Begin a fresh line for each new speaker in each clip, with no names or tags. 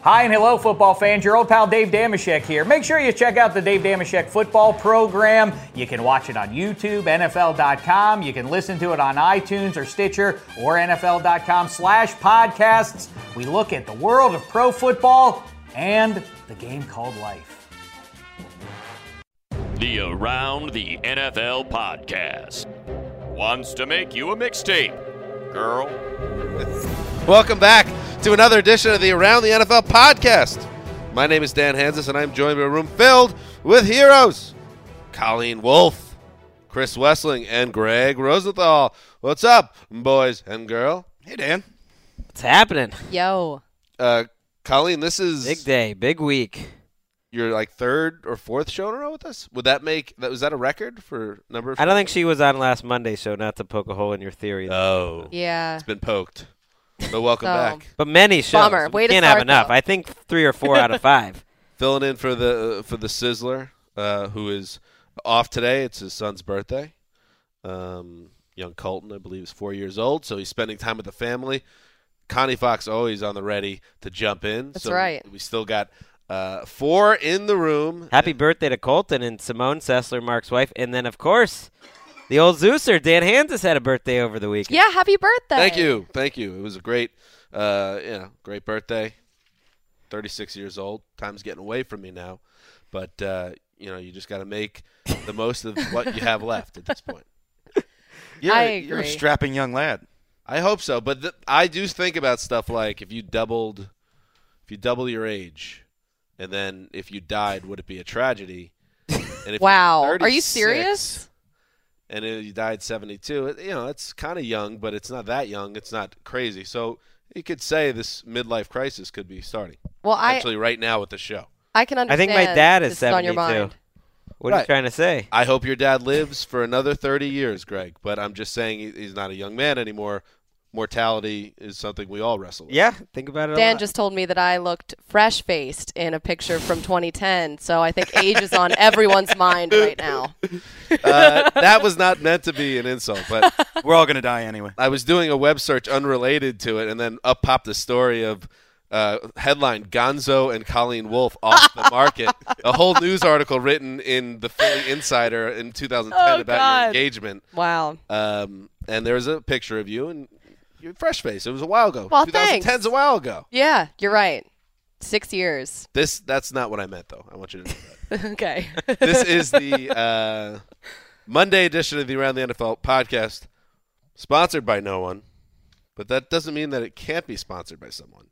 Hi and hello, football fans. Your old pal Dave Damashek here. Make sure you check out the Dave Damashek football program. You can watch it on YouTube, NFL.com. You can listen to it on iTunes or Stitcher or NFL.com slash podcasts. We look at the world of pro football and the game called life.
The Around the NFL podcast wants to make you a mixtape, girl.
Welcome back to another edition of the Around the NFL podcast. My name is Dan Hansis, and I'm joined by a room filled with heroes Colleen Wolf, Chris Wessling, and Greg Rosenthal. What's up, boys and girl?
Hey, Dan.
What's happening?
Yo.
Uh, Colleen, this is
Big day, big week.
your like third or fourth show in a row with us. Would that make that was that a record for number? Of
I don't think she was on last Monday, so not to poke a hole in your theory.
Oh,
Yeah.
it's been poked. But welcome
So-
back,
But many shows.
Bummer.
We
Way to
can't have
start,
enough.
though.
I think three or four out of five.
filling in for the for the Sizzler, uh, who is off today. It's his son's birthday. Um, young Colton, I believe, is four years old, so he's spending time with the family. Connie Fox always on the ready to jump in.
That's
so
right.
We still got uh, four in the room.
Happy birthday to Colton and Simone Sessler, Mark's wife, and then of course the old Zeuser, Dan Hansis, had a birthday over the weekend.
Yeah, happy birthday.
Thank you, thank you. It was a great, uh, you know, great birthday. Thirty-six years old. Time's getting away from me now, but uh, you know, you just got to make the most of what you have left at this point.
You're,
I
you're a
agree.
strapping young lad.
I hope so, but th- I do think about stuff like if you doubled, if you double your age, and then if you died, would it be a tragedy? And if you're
Wow. Are you
36
serious?
And if you died seventy-two. it- You know, it's kind of young, but it's not that young. It's not crazy. So you could say this midlife crisis could be starting
Well, I
actually right now with the show.
I can
I
understand.
think my dad is
this on your
72.
mind.
What are
Right.
you trying to say?
I hope your dad lives for another 30 years, Greg, but I'm just saying he- he's not a young man anymore. Mortality is something we all wrestle with.
Yeah, think about it. a
Dan
lot.
just told me that I looked fresh faced in a picture from 2010, so I think age is on everyone's mind right now.
Uh, that was not meant to be an insult, but
We're all going to die anyway.
I was doing a web search unrelated to it, and then up popped the story of uh, headline Gonzo and Colleen Wolf off the market. a whole news article written in the Philly Insider in 2010
Oh,
about
God.
your engagement.
Wow.
Um, and there was a picture of you and your fresh face. It was a while ago.
Well,
2010's
thanks.
a while ago.
Yeah, you're right. Six years.
This that's not what I meant though. I want you to know that.
okay.
this is the uh, Monday edition of the Around the NFL podcast, sponsored by no one, but that doesn't mean that it can't be sponsored by someone.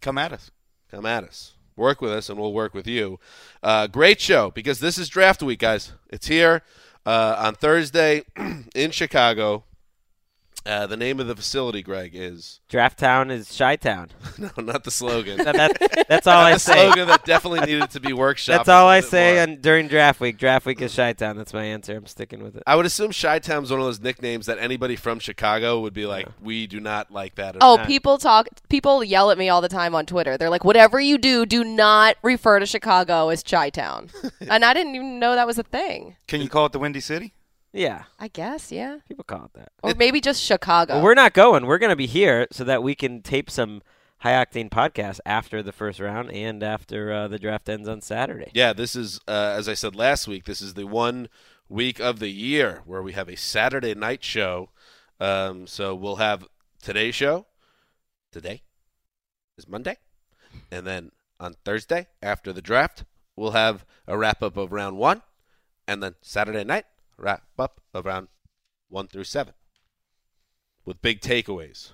Come at us.
Come at us, work with us, and we'll work with you. Uh, great show because this is draft week, guys. It's here uh, on Thursday in Chicago. Uh, the name of the facility, Greg, is
Draft Town is Chi Town.
no, not the slogan.
That, that, that's all I
the
say.
slogan that definitely needed to be workshopped.
That's all
a
I
bit
say
more.
on, during draft week. Draft week is Chi Town. That's my answer. I'm sticking with it.
I would assume Chi Town's one of those nicknames that anybody from Chicago would be like, we do not like that. at all."
Oh, people talk. People yell at me all the time on Twitter. They're like, "Whatever you do, do not refer to Chicago as Chi Town," and I didn't even know that was a thing.
Can you call it the Windy City?
Yeah,
I guess, yeah,
people call it that.
or maybe just Chicago.
Well, we're not going. We're going to be here so that we can tape some high octane podcasts after the first round and after uh, the draft ends on Saturday.
Yeah, this is, uh, as I said last week, this is the one week of the year where we have a Saturday night show. Um, so we'll have today's show. Today is Monday. And then on Thursday, after the draft, we'll have a wrap up of round one. And then Saturday night, wrap up of round one through seven with big takeaways.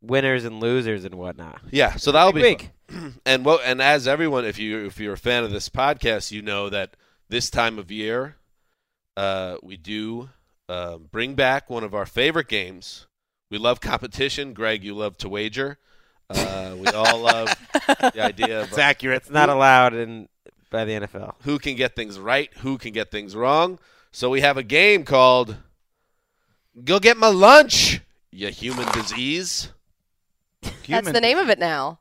Winners and losers and whatnot.
Yeah, so that'll
Big
be fun.
week.
And well, and as everyone, if you if you're a fan of this podcast, you know that this time of year, uh, we do um, bring back one of our favorite games. We love competition. Greg, you love to wager. Uh, we all love the idea of
It's accurate.
It's not allowed in by the NFL.
who can get things right, who can get things wrong. So we have a game called "Go Get My Lunch, You Human Disease."
That's the name of it now.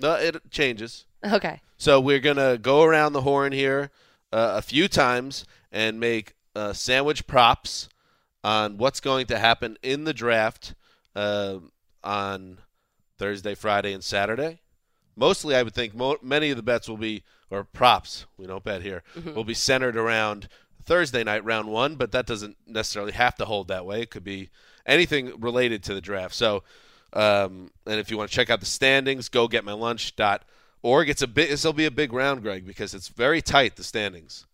No, it changes.
Okay.
So we're gonna go around the horn here uh, a few times and make uh, sandwich props on what's going to happen in the draft uh, on Thursday, Friday, and Saturday. Mostly, I would think mo- many of the bets will be or props. We don't bet here. Will be centered around Thursday night round one, but that doesn't necessarily have to hold that way. It could be anything related to the draft. So, um, and if you want to check out the standings, go get my lunch dot org. It's a bit. This will be a big round, Greg, because it's very tight. The standings.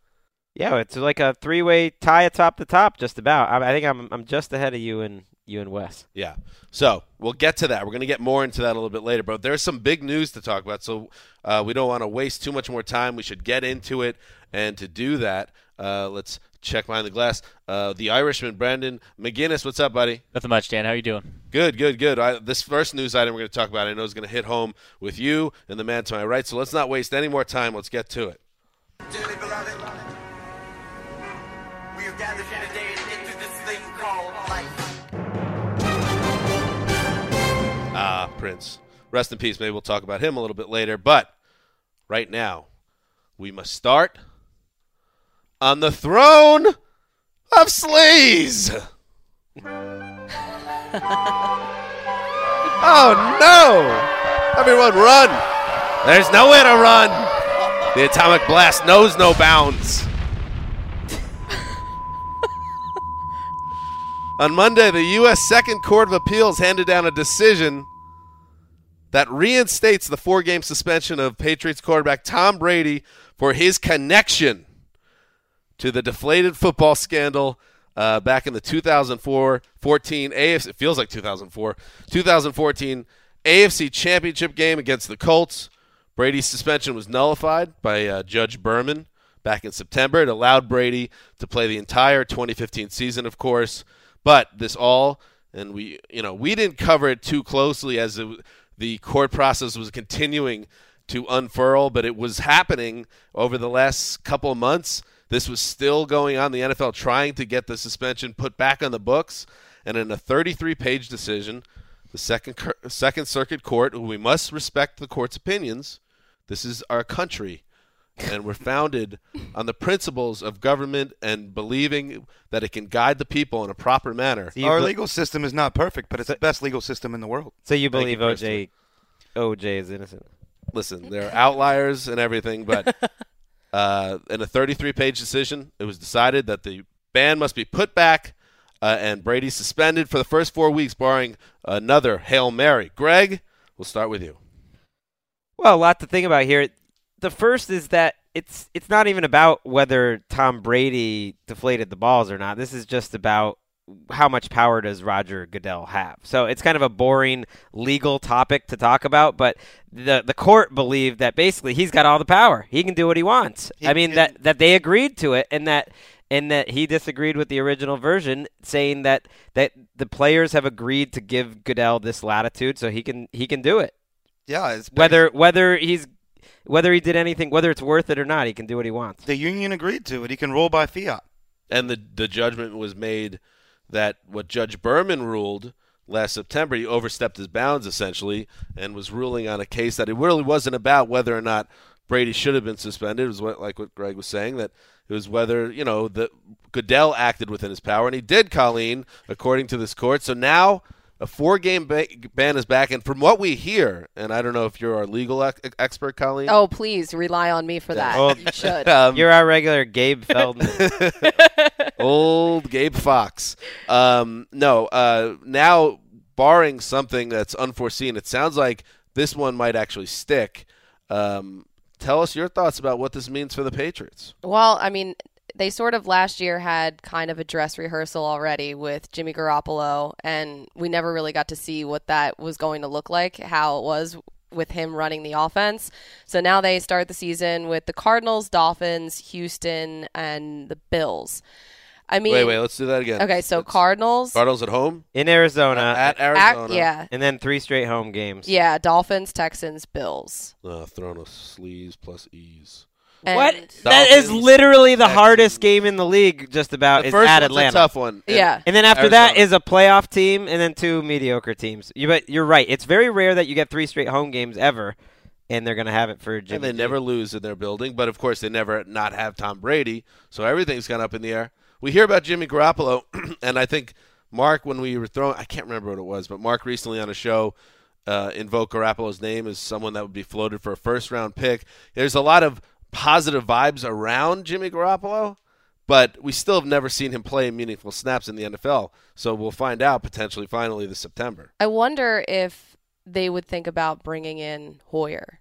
Yeah, it's like a three-way tie atop the top, just about. I, I think I'm I'm just ahead of you and you and Wes.
Yeah. So we'll get to that. We're going to get more into that a little bit later, but there's some big news to talk about. So uh, we don't want to waste too much more time. We should get into it. And to do that, uh, let's check behind the glass. Uh, the Irishman, Brandon McGinnis. What's up, buddy?
Nothing much, Dan. How you doing?
Good, good, good. I, this first news item we're going to talk about, I know is going to hit home with you and the man to my right. So let's not waste any more time. Let's get to it.
Dearly beloved, we have gathered here today into this thing called life.
Ah, Prince. Rest in peace. Maybe we'll talk about him a little bit later. But right now, we must start on the throne of sleaze. oh no! Everyone, run! There's nowhere to run. The atomic blast knows no bounds. On Monday, the U.S. Second Court of Appeals handed down a decision that reinstates the four game suspension of Patriots quarterback Tom Brady for his connection to the deflated football scandal uh, back in the 2004 14 AFC. It feels like 2004 2014 AFC Championship game against the Colts. Brady's suspension was nullified by uh, Judge Berman back in September. It allowed Brady to play the entire 2015 season, of course. But this all, and we, you know, we didn't cover it too closely as it, the court process was continuing to unfurl, but it was happening over the last couple of months. This was still going on. The NFL trying to get the suspension put back on the books, and in a 33-page decision, the second Cir- Second Circuit Court, who we must respect the court's opinions. This is our country, and we're founded on the principles of government and believing that it can guide the people in a proper manner.
Do you
Our
bel-
legal system is not perfect, but it's the best legal system in the world.
so you believe
you,
OJ OJ is innocent?
listen, there are outliers and everything, but uh, in a 33 page decision, it was decided that the ban must be put back uh, and Brady suspended for the first four weeks, barring another Hail Mary. Greg, we'll start with you.
Well, a lot to think about here. The first is that it's it's not even about whether Tom Brady deflated the balls or not. This is just about how much power does Roger Goodell have. So it's kind of a boring legal topic to talk about, but the the court believed that basically he's got all the power. He can do what he wants. I mean that that they agreed to it and that and that he disagreed with the original version, saying that that the players have agreed to give Goodell this latitude so he can he can do it.
Yeah, it's
Whether whether he's whether he did anything, whether it's worth it or not, he can do what he wants.
The union agreed to it. He can roll by fiat.
and the the judgment was made that what Judge Berman ruled last September, he overstepped his bounds essentially, and was ruling on a case that it really wasn't about whether or not Brady should have been suspended. It was what, like what Greg was saying that it was whether you know the Goodell acted within his power, and he did, Colleen, according to this court. So now. A four-game ba- ban is back, and from what we hear, and I don't know if you're our legal ex- expert, Colleen.
Oh, please rely on me for that.
Oh.
you should.
um,
You're our regular Gabe Feldman.
old Gabe Fox. Um, no, uh, now barring something that's unforeseen, it sounds like this one might actually stick. Um, tell us your thoughts about what this means for the Patriots.
Well, I mean, they sort of last year had kind of a dress rehearsal already with Jimmy Garoppolo, and we never really got to see what that was going to look like, how it was with him running the offense. So now they start the season with the Cardinals, Dolphins, Houston, and the Bills. I mean,
Wait, wait, let's do that again.
okay, so
Let's-
Cardinals,
Cardinals at home
in Arizona.
at
ac-
Arizona.
yeah,
and then three straight home games.
yeah, Dolphins, Texans, Bills.
Uh, thrown a sleaze plus ease.
What?
And-
that is
Dolphins,
literally the
Texans.
hardest game in the league. Just about
the
is
first
Uh, at
one's
Atlanta.
a tough one. And-
Yeah.
And then after that
Arizona.
is a playoff team, and then two mediocre teams. You but you're right. It's very rare that you get three straight home games ever, and they're gonna have it for Jimmy.
And they
G.
never lose in their building, but of course they never not have Tom Brady, so everything's gone up in the air. We hear about Jimmy Garoppolo, and I think Mark, when we were throwing, I can't remember what it was, but Mark recently on a show uh, invoked Garoppolo's name as someone that would be floated for a first round pick. There's a lot of positive vibes around Jimmy Garoppolo, but we still have never seen him play meaningful snaps in the NFL. So we'll find out potentially finally this September.
I wonder if they would think about bringing in Hoyer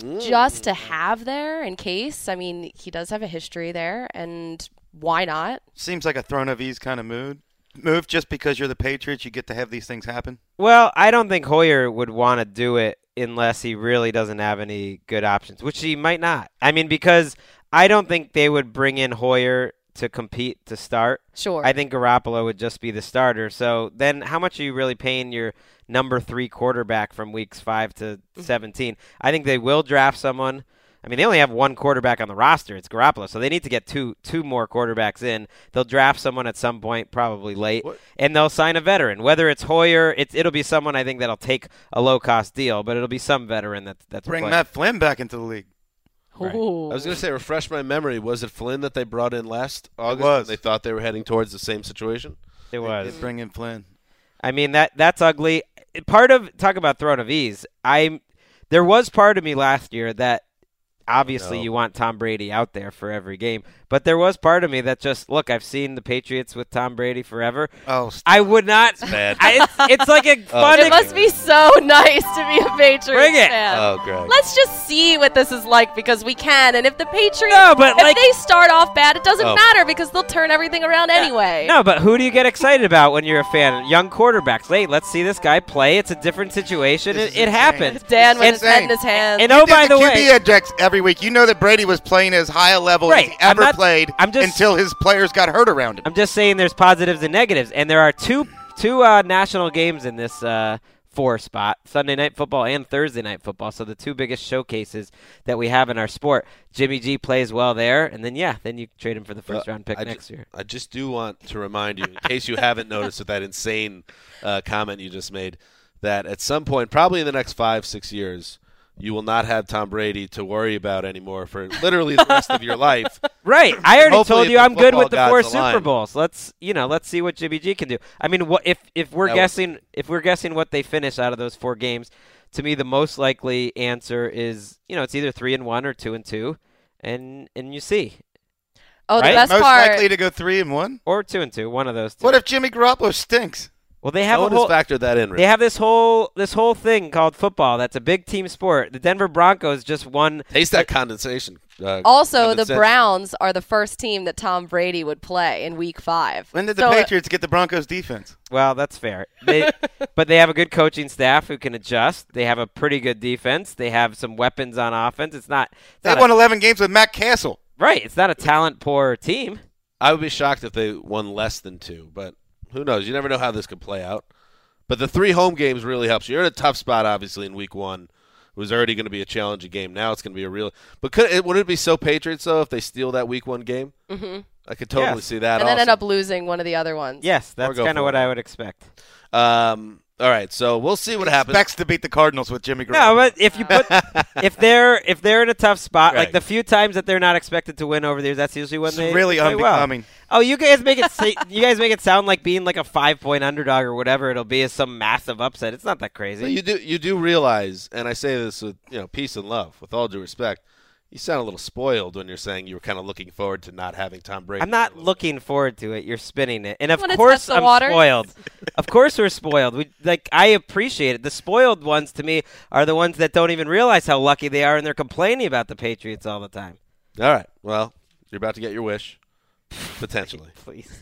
Mm.
just to have there in case. I mean, he does have a history there, and why not?
Seems like a throne of ease kind of mood. Move just because you're the Patriots, you get to have these things happen.
Well, I don't think Hoyer would want to do it unless he really doesn't have any good options, which he might not. I mean, because I don't think they would bring in Hoyer to compete to start.
Sure.
I think Garoppolo would just be the starter. So then, how much are you really paying your number three quarterback from weeks five to 17? I think they will draft someone. I mean, they only have one quarterback on the roster. It's Garoppolo, so they need to get two two more quarterbacks in. They'll draft someone at some point, probably late,
What-
and they'll sign a veteran. Whether it's Hoyer, it's it'll be someone I think that'll take a low cost deal, but it'll be some veteran that that's a
Bring
player.
Matt Flynn back into the league.
Right.
Ooh.
I was going to say, refresh my memory. Was it Flynn that they brought in last August?
was.
They thought they were heading towards the same situation.
It was.
They Bring in Flynn.
I mean that that's ugly. Part of talk about throne of ease. I there was part of me last year that obviously
No.
you want Tom Brady out there for every game, but there was part of me that just look. I've seen the Patriots with Tom Brady forever.
Oh, st-
I would not.
bad.
I, it's, it's like
Oh.
a fun.
it must be so nice to be a Patriots
Bring it.
fan.
Oh, Greg.
Let's just see what this is like because we can, and if the Patriots,
No, but
if
like-
they start off bad, it doesn't
Oh.
matter because they'll turn everything around anyway.
No, but who do you get excited about when you're a fan? Young quarterbacks. Hey, let's see this guy play. It's a different situation.
This
It,
is
it
insane.
happens.
Dan with
And-
his head in his hands.
And oh,
did
by
the,
the way,
QB index every week. You know that Brady was playing as high a level
Right.
as he
I'm
ever
not-
played
I'm just-
until his players got hurt around him.
I'm just saying there's positives and negatives, and there are two two uh, national games in this uh, four spot: Sunday night football and Thursday night football. So the two biggest showcases that we have in our sport. Jimmy G plays well there, and then yeah, then you trade him for the first
Uh,
round pick
I ju-
next year.
I just do want to remind you, in case you haven't noticed with that insane uh, comment you just made, that at some point, probably in the next five, six years, you will not have Tom Brady to worry about anymore for literally the rest of your life.
Right. I already
Hopefully
told
if
you
the
I'm good
football
with the
gods
four
align.
Super Bowls. Let's you know, let's see what Jimmy G can do. I mean, what if if we're
That was-
guessing if we're guessing what they finish out of those four games, to me the most likely answer is you know it's either three and one or two and two, and and you see
oh, the
Right?
best
Most
part.
likely to go three and one.
or two and two, one of those. Two.
What if Jimmy Garoppolo stinks?
well, they have
No
a
one has
whole
factored that in. Rick.
they have this whole this whole thing called football. That's a big team sport. The Denver Broncos just won.
Taste that condensation. Uh,
Also, the
condensation.
Browns are the first team that Tom Brady would play in Week Five.
When did the
So,
Patriots get the Broncos defense?
Well, that's fair. They, but they have a good coaching staff who can adjust. They have a pretty good defense. They have some weapons on offense. It's not. It's
They
not a-
won 11 games with Matt Castle.
Right. It's not a talent poor team.
I would be shocked if they won less than two, but who knows? You never know how this could play out. But the three home games really helps. You're in a tough spot, obviously, in week one. It was already going to be a challenging game. Now it's going to be a real. But could it, wouldn't it be so Patriots though if they steal that week one game?
Mm-hmm.
I could totally
Yes.
see that.
and then
also.
end up losing one of the other ones.
Yes, that's
go
kind
for
of what
it.
I would expect.
Um, all right, so we'll see what happens.
Expects to beat the Cardinals with Jimmy Garoppolo.
No, but if you put if they're if they're in a tough spot,
Right.
like the few times that they're not expected to win over the years, that's usually when
It's
they
really
play well.
unbecoming.
Oh, you guys make it say, you guys make it sound like being like a five point underdog or whatever it'll be is some massive upset. It's not that
But
crazy.
you do you do realize, and I say this with you know peace and love, with all due respect, you sound a little spoiled when you're saying you were kind of looking forward to not having Tom Brady.
I'm not looking forward to it. You're spinning it, and of
When it's
course
the
I'm
water.
spoiled. of course we're spoiled. We like I appreciate it. The spoiled ones to me are the ones that don't even realize how lucky they are, and they're complaining about the Patriots all the time.
All right, well, you're about to get your wish, potentially.
Please.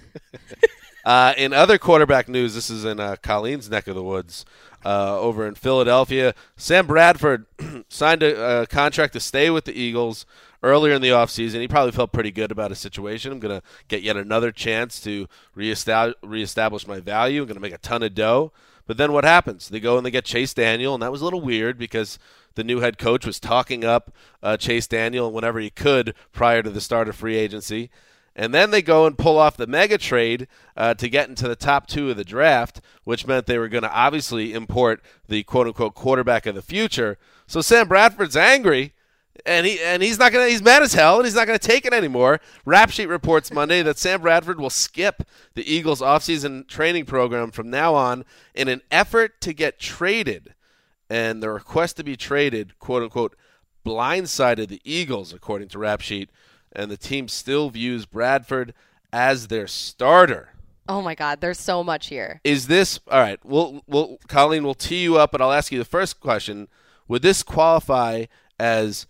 Uh, in other quarterback news, this is in uh, Colleen's neck of the woods uh, over in Philadelphia. Sam Bradford signed a, uh contract to stay with the Eagles earlier in the offseason. He probably felt pretty good about his situation. I'm going to get yet another chance to reestab- reestablish my value. I'm going to make a ton of dough. But then what happens? They go and they get Chase Daniel, and that was a little weird because the new head coach was talking up uh, Chase Daniel whenever he could prior to the start of free agency. And then they go and pull off the mega trade uh, to get into the top two of the draft, which meant they were going to obviously import the quote unquote quarterback of the future. So Sam Bradford's angry. And he and he's not gonna he's mad as hell and he's not gonna take it anymore. Rap Sheet reports Monday that Sam Bradford will skip the Eagles offseason training program from now on in an effort to get traded and the request to be traded, quote unquote, blindsided the Eagles, according to Rap Sheet, and the team still views Bradford as their starter.
Oh my God, there's so much here.
Is this all right? We'll, we'll, Colleen, we'll tee you up, and I'll ask you the first question. Would this qualify as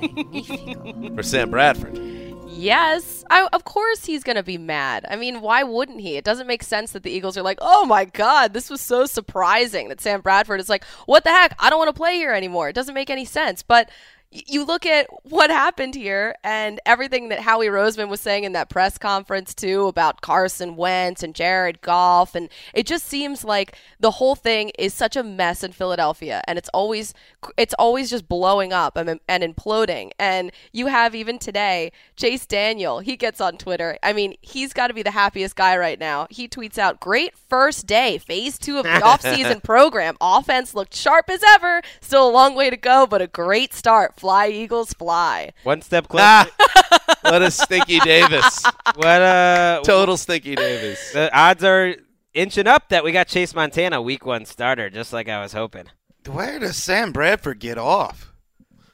for Sam Bradford?
Yes, I, of course he's going to be mad. I mean, why wouldn't he? It doesn't make sense that the Eagles are like, oh my God, this was so surprising that Sam Bradford is like, what the heck? I don't want to play here anymore. It doesn't make any sense. But y- you look at what happened here and everything that Howie Roseman was saying in that press conference, too, about Carson Wentz and Jared Goff. And it just seems like the whole thing is such a mess in Philadelphia. And it's always, it's always just blowing up and, and imploding. And you have even today, Chase Daniel, he gets on Twitter. I mean, he's got to be the happiest guy right now. He tweets out, Great first day, phase two of the offseason program. Offense looked sharp as ever. Still a long way to go, but a great start. Fly, Eagles, fly.
One step closer.
Ah, what a stinky Davis!
What uh,
Total stinky Davis.
the odds are inching up that we got Chase Montana week one starter, just like I was hoping.
Where does Sam Bradford get off?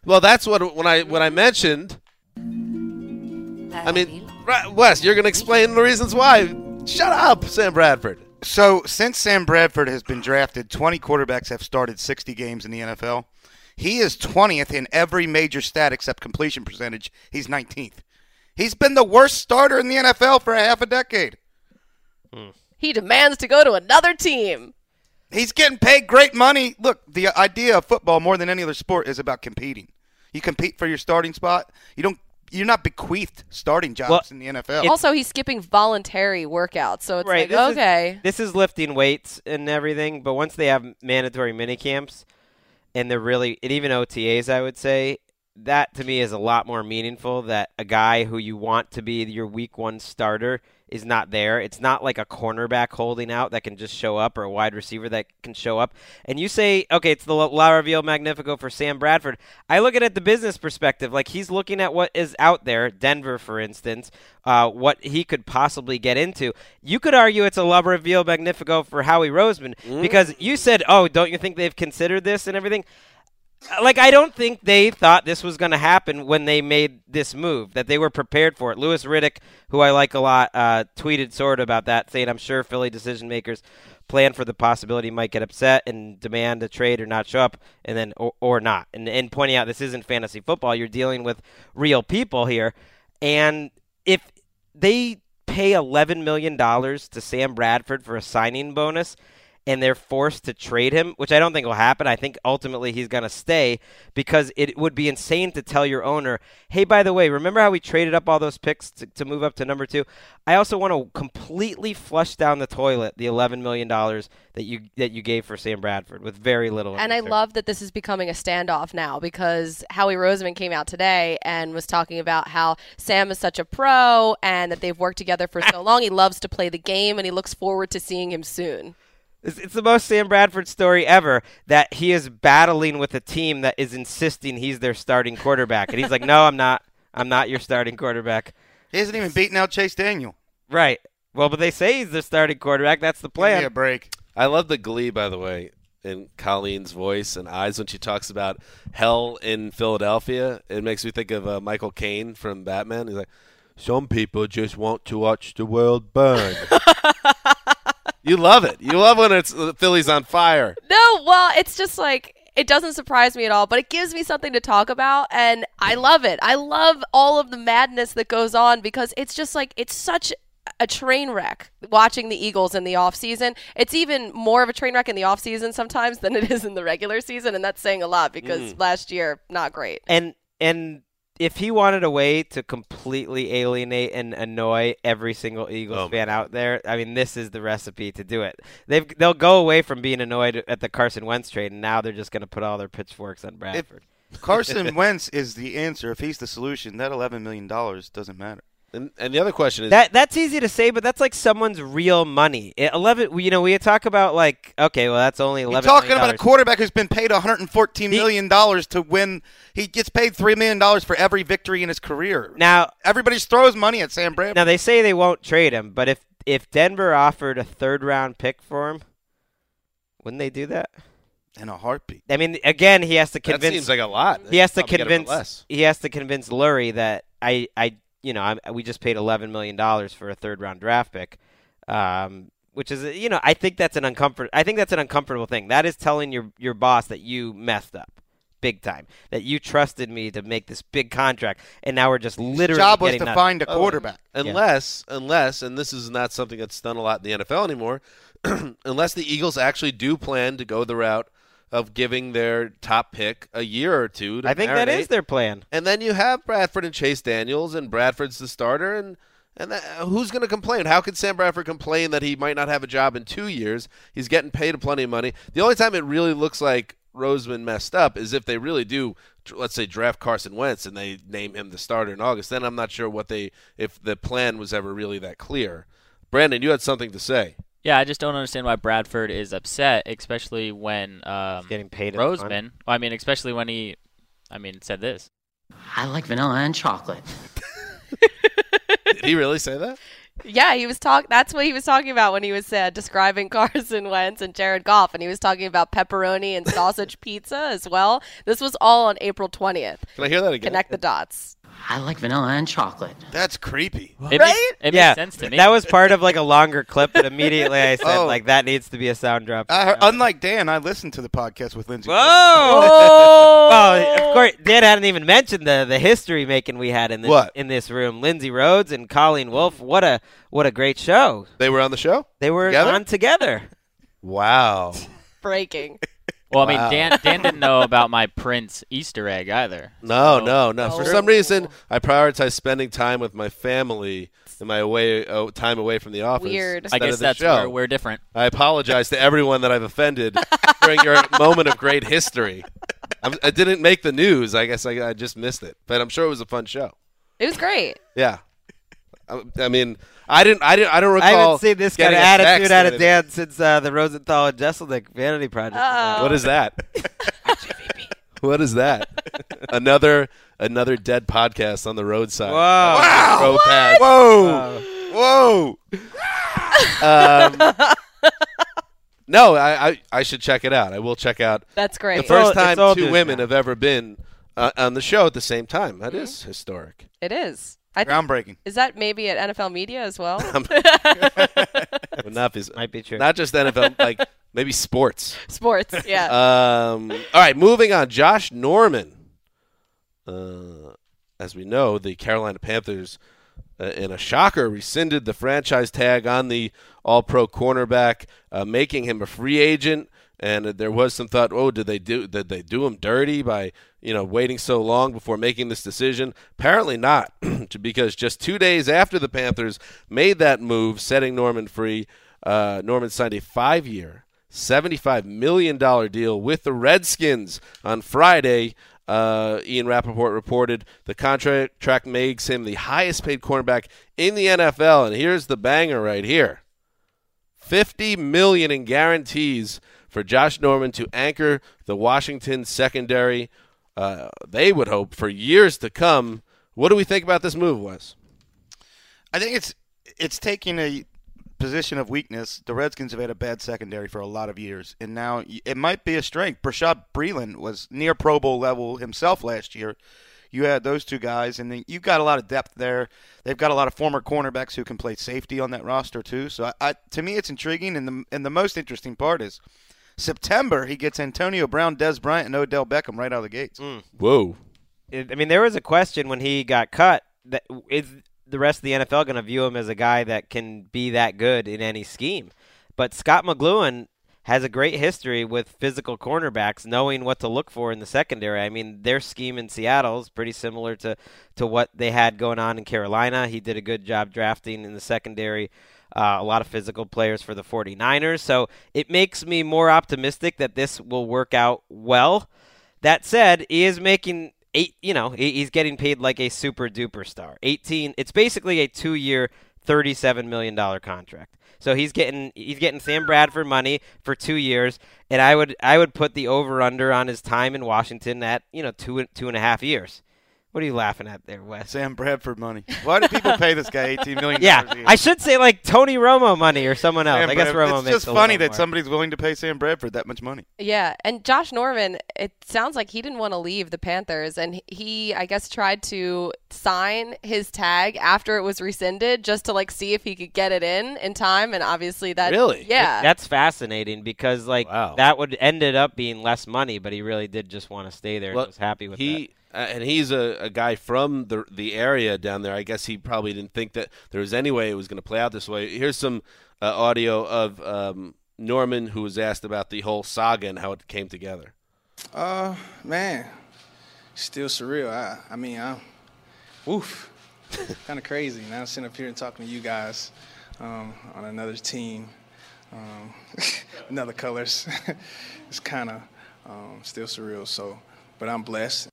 Well, that's what when I when I mentioned. I mean,
Uh,
Ra- Wes, you're going to explain the reasons why. Shut up, Sam Bradford.
So since Sam Bradford has been drafted, 20 quarterbacks have started 60 games in the NFL. He is 20th in every major stat except completion percentage. He's 19th. He's been the worst starter in the NFL for a half a decade.
He demands to go to another team.
He's getting paid great money. Look, the idea of football more than any other sport is about competing. You compete for your starting spot. You don't. You're not bequeathed starting jobs
Well,
in the NFL.
also, he's skipping voluntary workouts. So it's like,
right. this is-
okay.
this is lifting weights and everything, but once they have mandatory mini camps and they're really and even OTAs, I would say that to me is a lot more meaningful. That a guy who you want to be your week one starter is not there. It's not like a cornerback holding out that can just show up or a wide receiver that can show up. And you say, okay, it's the La- La Reveal Magnifico for Sam Bradford. I look at it the business perspective. Like he's looking at what is out there, Denver, for instance, uh, what he could possibly get into. You could argue it's a La Reveal Magnifico for Howie Roseman because you said, oh, don't you think they've considered this and everything? like I don't think they thought this was going to happen when they made this move that they were prepared for it. Lewis Riddick, who I like a lot, uh, tweeted sort of about that, saying, "I'm sure Philly decision makers plan for the possibility he might get upset and demand a trade or not show up, and then or, or not." And and pointing out this isn't fantasy football; you're dealing with real people here. And if they pay $11 million to Sam Bradford for a signing bonus and they're forced to trade him, which I don't think will happen. I think ultimately he's going to stay because it would be insane to tell your owner, hey, by the way, remember how we traded up all those picks to, to move up to number two? I also want to completely flush down the toilet the $11 million that you, that you gave for Sam Bradford with very little. in
And I
return."
love that this is becoming a standoff now because Howie Roseman came out today and was talking about how Sam is such a pro and that they've worked together for so long. He loves to play the game and he looks forward to seeing him soon.
It's, it's the most Sam Bradford story ever that he is battling with a team that is insisting he's their starting quarterback. And he's like, no, I'm not. I'm not your starting quarterback.
He isn't even beating out Chase Daniel.
Right. Well, but they say he's the starting quarterback. That's the
Give me
plan.
a break.
I love the glee, by the way, in Colleen's voice and eyes when she talks about hell in Philadelphia. It makes me think of uh, Michael Caine from Batman. He's like, "Some people just want to watch the world burn." you love it. You love when it's the Philly's on fire.
No, well, it's just like it doesn't surprise me at all, but it gives me something to talk about and I love it. I love all of the madness that goes on because it's just like it's such a train wreck watching the Eagles in the offseason. It's even more of a train wreck in the offseason sometimes than it is in the regular season and that's saying a lot because last year not great.
And and if he wanted a way to completely alienate and annoy every single Eagles
Oh,
fan out there, I mean, this is the recipe to do it. They've they'll go away from being annoyed at the Carson Wentz trade, and now they're just going to put all their pitchforks on Bradford.
Carson Wentz is the answer. If he's the solution, that $11 million doesn't matter.
And, and the other question is,
That that's easy to say, but that's like someone's real money. Eh, Eleven, we- you know, we talk about like, okay, well, that's only
You're
eleven.
talking about a
dollars.
quarterback who's been paid $114 million to win. He gets paid $3 million for every victory in his career.
now.
Everybody just throws money at Sam Bradford.
Now they say they won't trade him, but if if Denver offered a third round pick for him, wouldn't they do that?
in a heartbeat.
I mean, again, he has to
that
convince.
seems like a lot.
he has to
Probably get it for
convince.
less.
He has to convince Lurie that I, I, you know, I'm, we just paid eleven million dollars for a third round draft pick, um, which is, you know, I think that's an uncomfort. I think that's an uncomfortable thing. That is telling your your boss that you messed up. Big time that you trusted me to make this big contract, and now we're just literally
His job was
getting
to
nothing.
find a quarterback.
Unless, unless, and this is not something that's done a lot in the NFL anymore, unless the Eagles actually do plan to go the route of giving their top pick a year or two. To
I think that
marinate.
is their plan.
And then you have Bradford and Chase Daniels, and Bradford's the starter, and and that, who's going to complain? How can Sam Bradford complain that he might not have a job in two years? He's getting paid plenty of money. The only time it really looks like Roseman messed up is if they really do, dr- let's say, draft Carson Wentz and they name him the starter in August. Then I'm not sure what they if the plan was ever really that clear. Brandon, you had something to say.
Yeah, I just don't understand why Bradford is upset, especially when um,
getting paid a ton.
Roseman. Well, I mean, especially when he, I mean, said this.
I like vanilla and chocolate.
Did he really say that?
Yeah, he was talk. That's what he was talking about when he was uh, describing Carson Wentz and Jared Goff, and he was talking about pepperoni and sausage pizza as well. This was all on April twentieth.
Can I hear that again?
Connect the dots.
I like vanilla and chocolate.
That's creepy.
Right?
It Makes, it
yeah,
makes sense to me.
That was part of like a longer clip, but immediately I said
Oh.
like that needs to be a sound drop.
I heard, unlike Dan, I listened to the podcast with Lindsay.
Oh!
Whoa! Oh! well, of course, Dan hadn't even mentioned the the history making we had in this
What?
in this room. Lindsay Rhodes and Colleen Wolf. What a what a great show.
They were on the show.
They were
Together?
on together.
Wow.
Breaking.
well, I mean, Dan Dan didn't know about my Prince Easter egg either.
No,
Oh,
So-
no, no. For some
No.
reason, I prioritize spending time with my family and my away oh, time away from the office.
Weird.
I
instead
guess
of the
that's
show.
where we're different.
I apologize to everyone that I've offended during your moment of great history. I'm, I didn't make the news. I guess I, I just missed it, but I'm sure it was a fun show.
It was great.
Yeah. I, I mean, I didn't. I didn't. I don't
I
recall.
haven't seen this kind of
getting a text
attitude out of
that-
Dan since uh, the Rosenthal and Jesselnick Vanity Project.
What is that? what is that? another another dead podcast on the roadside.
Wow.
Crow pad.
Whoa! Whoa!
Um, no, I, I I should check it out. I will check out
That's
the
great.
all-
first
it's
time
all
two
news
women
now.
have ever been uh, on the show at the same time. That is historic.
it is. I think
Groundbreaking.
is that maybe at NFL Media as well?
Um, Well, not, phys-
Might be true.
not just NFL, like maybe sports.
Sports. Yeah.
Um, all right, moving on. Josh Norman. Uh, as we know, the Carolina Panthers uh, in a shocker, rescinded the franchise tag on the All Pro cornerback, uh, making him a free agent. And uh, there was some thought, oh, did they do did they do him dirty by you know waiting so long before making this decision? Apparently not, because just two days after the Panthers made that move, setting Norman free, uh, Norman signed a five-year, $75 million deal with the Redskins on Friday. Uh, Ian Rappaport reported the contract track makes him the highest paid cornerback in the NFL. And here's the banger right here 50 million in guarantees for Josh Norman to anchor the Washington secondary. Uh, they would hope for years to come. What do we think about this move, Wes?
I think it's it's taking a position of weakness. The Redskins have had a bad secondary for a lot of years, and now y- it might be a strength. Brashad Breeland was near Pro Bowl level himself last year. You had those two guys, and then you've got a lot of depth there. They've got a lot of former cornerbacks who can play safety on that roster too. So, I, I, to me, it's intriguing, and the and the most interesting part is September. He gets Antonio Brown, Des Bryant, and Odell Beckham right out of the gates.
Whoa.
It, I mean, there was a question when he got cut that is the rest of the NFL going to view him as a guy that can be that good in any scheme? But Scott McLuhan has a great history with physical cornerbacks, knowing what to look for in the secondary. I mean, their scheme in Seattle is pretty similar to to what they had going on in Carolina. He did a good job drafting in the secondary. Uh, a lot of physical players for the 49ers. So it makes me more optimistic that this will work out well. That said, he is making eight. You know, he, he's getting paid like a super duper star. Eighteen. It's basically a two-year, thirty-seven million dollar contract. So he's getting he's getting Sam Bradford money for two years, and I would I would put the over/under on his time in Washington at you know two and- two and a half years. What are you laughing at there, Wes?
Sam Bradford money. Why do people pay this guy eighteen million?
Yeah,
dollars a year?
I should say like Tony Romo money or someone else.
Sam
I guess
Bradford.
Romo
It's
makes
just
a
funny
little
that
more.
somebody's willing to pay Sam Bradford that much money.
Yeah, and Josh Norman, it sounds like he didn't want to leave the Panthers, and he, I guess, tried to sign his tag after it was rescinded just to like see if he could get it in in time, and obviously that
Really?
yeah,
That's fascinating because like that would ended up being less money, but he really did just want to stay there
Well,
and was happy with
he uh, and he's a, a guy from the the area down there. I guess he probably didn't think that there was any way it was going to play out this way. Here's some uh, audio of um, Norman who was asked about the whole saga and how it came together.
Uh, man, still surreal. I, I mean, I'm, woof, kind of crazy. Now I'm sitting up here and talking to you guys um, on another team, um, another colors. it's kind of um, still surreal. So, but I'm blessed.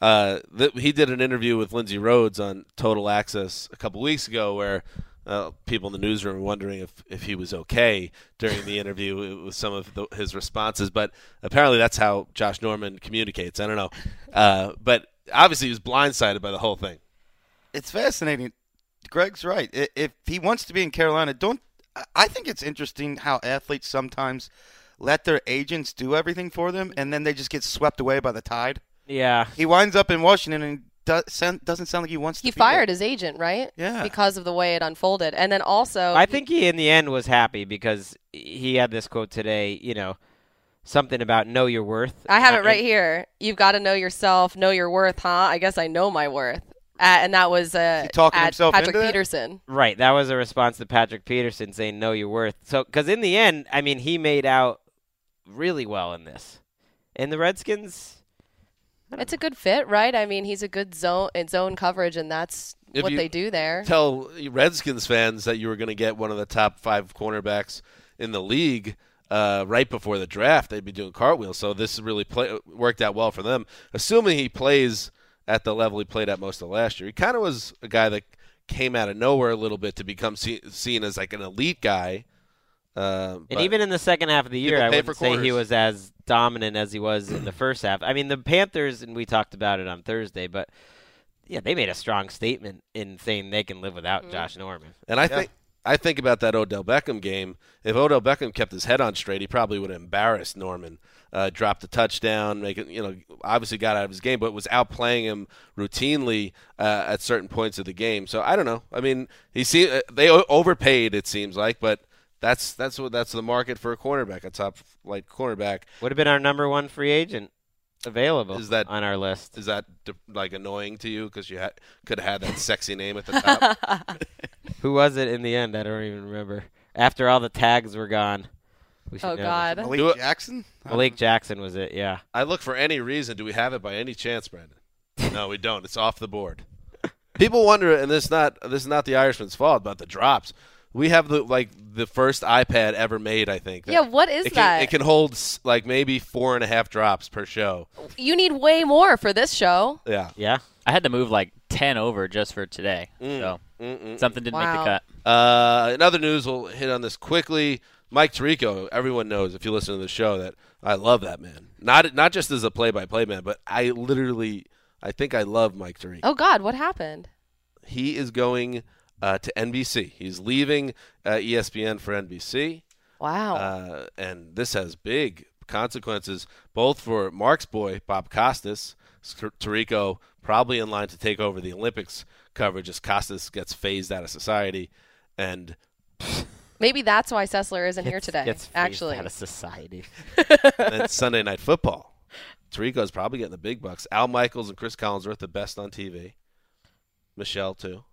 Uh, th- he did an interview with Lindsey Rhodes on Total Access a couple weeks ago where uh, people in the newsroom were wondering if, if he was okay during the interview with some of the, his responses. But apparently that's how Josh Norman communicates. I don't know. Uh, but obviously he was blindsided by the whole thing.
It's fascinating. Greg's right. I- If he wants to be in Carolina, don't. I- I think it's interesting how athletes sometimes let their agents do everything for them, and then they just get swept away by the tide.
that. Yeah.
He winds up in Washington and do- sound- doesn't sound like he wants.
he
to be there.
fired his agent, right?
Yeah.
because of the way it unfolded, and then also
I think he in the end was happy because he had this quote today, you know, something about know your worth. Uh,
I have it
And-
right here. You've got to know yourself, know your worth, huh? I guess I know my worth, uh, and that was uh,
he talking
at
himself
Patrick
into that?
Peterson.
Right, that was a response to Patrick Peterson saying know your worth. So cuz in the end, I mean, he made out really well in this. And the Redskins
It's a good fit, right? I mean, he's a good zone in zone coverage, and that's
If
what
you-
they do there.
Tell Redskins fans that you were going to get one of the top five cornerbacks in the league. Uh, right before the draft, they'd be doing cartwheels, so this really play- worked out well for them. Assuming he plays at the level he played at most of last year, he kind of was a guy that came out of nowhere a little bit to become see- seen as like an elite guy. Uh,
And
but-
even in the second half of the year,
People
I
pay
wouldn't
for
say he
quarters.
was as dominant as he was in the first half. I mean, the Panthers, and we talked about it on Thursday, but yeah, they made a strong statement in saying they can live without
Mm-hmm.
Josh Norman.
and I think I think about that Odell Beckham game. If Odell Beckham kept his head on straight, he probably would have embarrassed Norman. Uh, dropped a touchdown, making you know obviously got out of his game, but was outplaying him routinely uh, at certain points of the game. So I don't know. I mean, he see uh, they o- overpaid it seems like, but that's that's what that's the market for a cornerback, a top flight cornerback.
Would have been our number one free agent. available
Is that
on our list?
Is that d- like annoying to you because you ha- could have had that sexy name at the top?
Who was it in the end? I don't even remember. After all the tags were gone. We should
Oh,
know this.
God. Malik
Do it.
Jackson?
Malik Jackson was it, yeah.
I look for any reason. Do we have it by any chance, Brandon? No, we don't. It's off the board. People wonder, and this is not this is not the Irishman's fault about the drops. We have the like the first iPad ever made. I think.
Yeah, what is
it can,
that?
It can hold s- like maybe four and a half drops per show.
You need way more for this show.
Yeah.
Yeah.
I had to move like 10 over just for today. So something didn't make
Wow.
the cut.
Uh, in other news, we'll hit on this quickly. Mike Tirico, everyone knows if you listen to the show that I love that man. Not not just as a play-by-play man, but I literally, I think I love Mike Tirico.
Oh God, what happened?
He is going uh, to NBC. He's leaving uh, ESPN for NBC,
Wow.
uh, and this has big consequences both for Mark's boy Bob Costas. Tirico probably in line to take over the Olympics coverage as Costas gets phased out of society, and
Maybe that's why Sessler isn't here today.
Gets phased
actually,
out of society.
and then Sunday Night Football. Tarico's probably getting the big bucks. Al Michaels and Chris Collinsworth, the best on TV. Michelle too.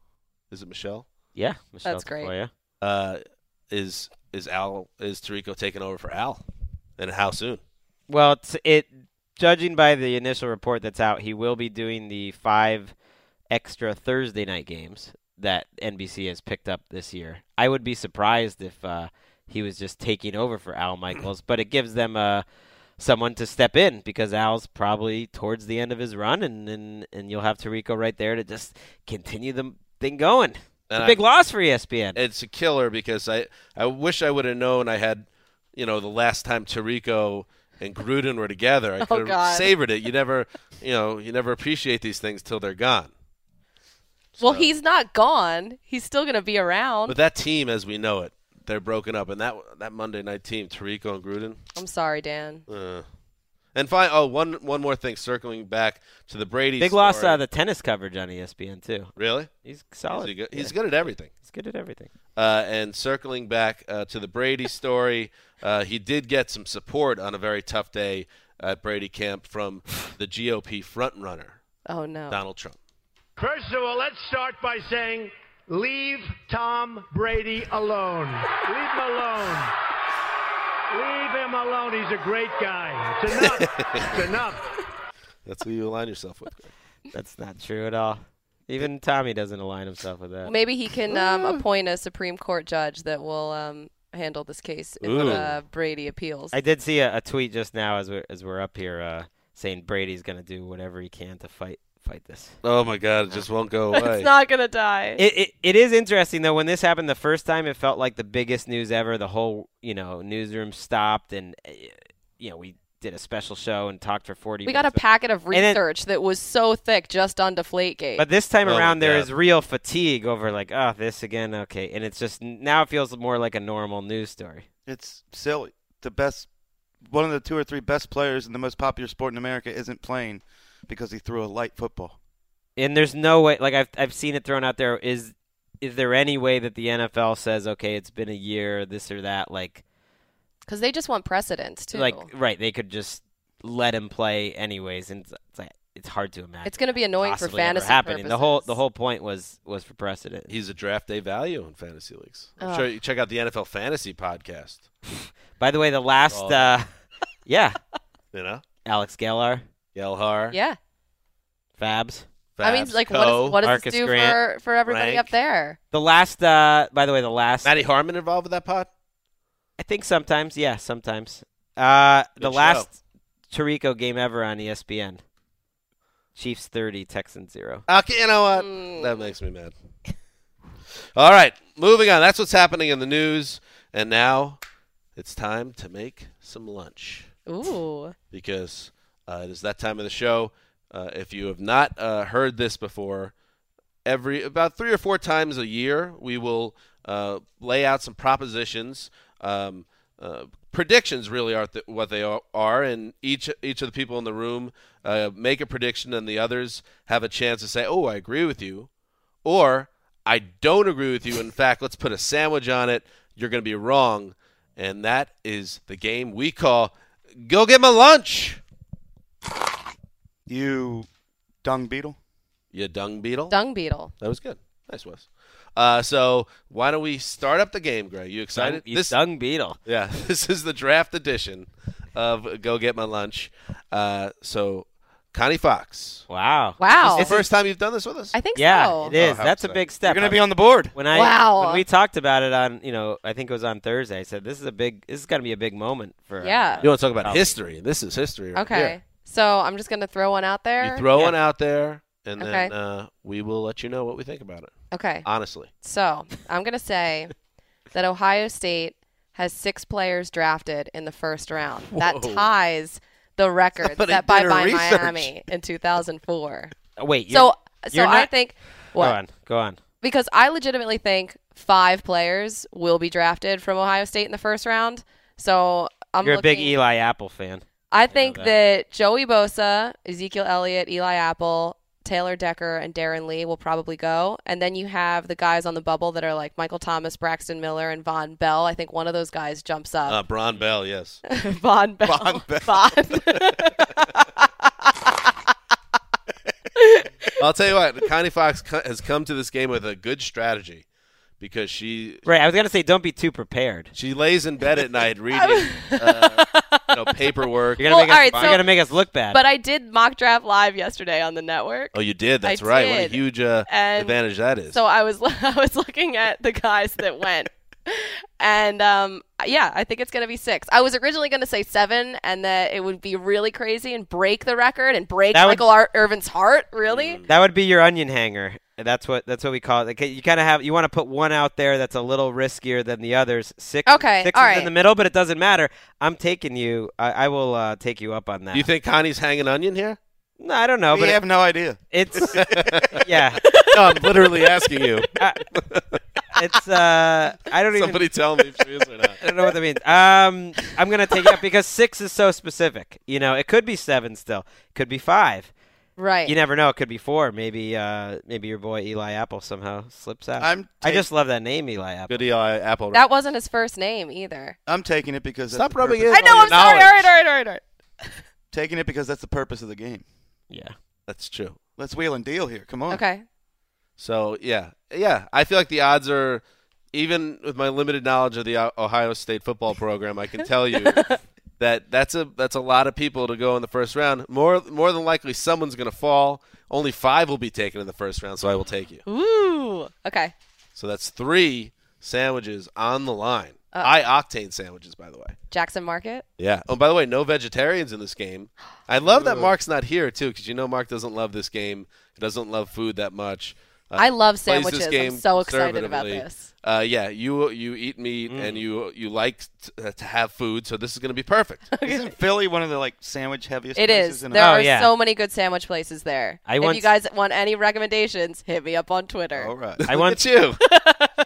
Is it Michelle?
Yeah, Michelle
That's great.
Tafoya.
Uh, is is Al is Tarico taking over for Al, and how soon?
Well, it's, it judging by the initial report that's out, he will be doing the five extra Thursday night games that NBC has picked up this year. I would be surprised if uh, he was just taking over for Al Michaels, but it gives them uh, someone to step in because Al's probably towards the end of his run, and and, and you'll have Tarico right there to just continue the thing going. It's
And
a
I-
big loss for E ESPN.
It's a killer because I I wish I would have known I had, you know, the last time Tarico and Gruden were together. I could have
Oh, God.
savored it. You never, you know, you never appreciate these things till they're gone.
well, he's not gone. He's still going to be around.
But that team, as we know it, they're broken up. And that that Monday night team, Tarico and Gruden.
I'm sorry, Dan.
Uh, and fine. Oh, one one more thing. Circling back to the Brady.
Big loss
story.
uh, the tennis coverage on ESPN too.
really?
He's
Is
solid.
he good?
Yeah.
He's good at everything.
He's good at everything.
Uh, and circling back uh, to the Brady story, uh, he did get some support on a very tough day at Brady camp from the GOP frontrunner,
Oh no.
Donald Trump.
First of all, let's start by saying leave Tom Brady alone. Leave him alone. Leave him alone. He's a great guy. It's enough. it's enough.
That's who you align yourself with. Greg.
That's not true at all. Even Tommy doesn't align himself with that.
Maybe he can um, appoint a Supreme Court judge that will um, handle this case if
Ooh.
uh, Brady appeals.
I did see a, a tweet just now as we're as we're up here uh, saying Brady's gonna do whatever he can to fight fight this.
Oh my God! It just won't go away.
it's not going to die.
It, it it is interesting though. When this happened the first time, it felt like the biggest news ever. The whole you know newsroom stopped, and uh, you know we did a special show and talked for forty.
we got
minutes.
a packet of
then-
research that was so thick just on Deflategate.
But this time
Oh,
around, there
yeah.
is real fatigue over like, oh, this again, okay, and it's just now it feels more like a normal news story.
It's silly. The best, one of the two or three best players in the most popular sport in America isn't playing because he threw a light football.
and there's no way like I've I've seen it thrown out there is is there any way that the NFL says okay it's been a year this or that like
because they just want precedence too.
like right they could just let him play anyways and it's, it's like it's hard to imagine
it's going to be annoying for
possibly ever
fantasy
happening
purposes.
the whole the whole point was was for precedent
He's a draft day value in fantasy leagues. I'm
Ugh.
sure you check out the NFL fantasy podcast.
by the way the last
Oh.
uh yeah
You know,
Alex Gellar
Gelhar.
Yeah,
Fabs
I mean,
Fabs,
like, what,
Co.
is, what does
Marcus
this do for
Grant,
for everybody
Frank.
up there?
the last uh by the way the last
Matty Harmon involved with that pod?
I think sometimes yeah sometimes uh the
Good show.
last Tarico game ever on E ESPN Chiefs 30 Texans 0
Okay, you know what?
Mm.
That makes me mad. All right, moving on. That's what's happening in the news, and now it's time to make some lunch
Ooh,
because uh, it is that time of the show. Uh, if you have not uh, heard this before, every about three or four times a year, we will uh, lay out some propositions. Um, uh, predictions really are th- what they are, are, and each each of the people in the room uh, make a prediction, and the others have a chance to say, "Oh, I agree with you," or "I don't agree with you." In fact, let's put a sandwich on it. You're going to be wrong, and that is the game we call "Go Get My Lunch."
You dung beetle?
You dung beetle?
Dung beetle.
That was good. Nice, Wes. Uh, so why don't we start up the game, Greg? You excited?
you dung beetle.
Yeah, this is the draft edition of Go Get My Lunch. Uh, so Connie Fox.
Wow.
Wow.
This is the first time you've done this with us.
I think
yeah,
so.
it is.
Oh, how
That's a
exciting.
big step.
You're gonna
I-
be on the board.
When I
Wow.
when we talked about it on you know I think it was on Thursday, I said this is a big this is gonna be a big moment for uh,
Yeah.
You want to talk about
Probably.
history? This is history. Right
Okay. So I'm just gonna throw one out
Here.
there.
You throw
Yeah.
one out there, and then
Okay.
uh, we will let you know what we think about it.
okay.
Honestly,
So I'm gonna say that Ohio State has six players drafted in the first round. That
Whoa.
ties the record
Somebody
set by
did her
by
research.
Miami in 2004.
Uh, Wait. You're,
so so
you're
I
not-
think
go
what
on. Go on.
because I legitimately think five players will be drafted from Ohio State in the first round. So I'm
you're a big
looking-
Eli Apple fan.
I think
that.
that. Joey Bosa, Ezekiel Elliott, Eli Apple, Taylor Decker, and Darren Lee will probably go. And then you have the guys on the bubble that are like Michael Thomas, Braxton Miller, and Von Bell. I think one of those guys jumps
uh,
up.
Bron Bell. Yes.
Von Bell.
Von Bell.
I'll tell you what. Connie Fox co- has come to this game with a good strategy because she
Right. I was gonna say don't be too prepared.
she lays in bed at night reading uh, you know, paperwork.
You're gonna
Well,
make us,
all right,
you're
so-
gonna make us look bad.
But I did mock draft live yesterday on the network.
Oh, you did. That's
I
right. What a
did.
huge uh,
And
advantage that is.
So I was I was looking at the guys that went, and um, yeah, I think it's gonna be six. I was originally gonna say seven, and that it would be really crazy and break the record and break
That would- Mm.
Michael Ar- Irvin's heart. Really,
That would be your onion hanger. That's what that's what we call it. Like, you kind of have you want to put one out there that's a little riskier than the others. Six,
Okay,
six
all
is in
right.
the middle, but it doesn't matter. I'm taking you. I, I will uh, take you up on that.
you think Connie's hanging onion here?
No, I don't know,
we
but
have no idea.
it, it's yeah.
No, I'm literally asking you.
I, it's uh, I don't even.
Somebody tell me if she is or not.
I don't know what that means. Um, I'm gonna take it up because six is so specific. You know, it could be seven still, could be five.
right?
You never know. It could be four. Maybe, uh, maybe your boy Eli Apple somehow slips out.
I'm
I
take-
just love that name, Eli Apple.
Good Eli Apple.
that wasn't his first name either.
I'm taking it because
Stop
that's the
rubbing
purpose-
it.
I know.
all
I'm
your
sorry. All
knowledge.
right, all right, all right, all right.
Taking it because that's the purpose of the game.
Yeah.
That's true.
Let's wheel and deal here. Come on.
Okay.
So yeah, yeah. I feel like the odds are, even with my limited knowledge of the O- Ohio State football program, I can tell you that that's a that's a lot of people to go in the first round. More more than likely, someone's going to fall. Only five will be taken in the first round, so I will take you.
Ooh. Okay.
So that's three sandwiches on the line. High octane sandwiches, by the way.
Jackson Market.
Yeah. Oh, by the way, no vegetarians in this game. I love that Mark's not here too, because you know Mark doesn't love this game. He doesn't love food that much. Uh,
I love
plays
sandwiches.
This
I'm
game
so excited about
conservatively.
this.
Uh, yeah, you you eat meat and
Mm.
you you like t- uh, to have food, so this is going to be perfect.
Isn't Philly one of the like sandwich heaviest
It
places
is.
in
There
Oh,
are
yeah.
so many good sandwich places there.
I
if
once-
you guys want any recommendations, hit me up on Twitter.
All right.
I
Look
once
at you.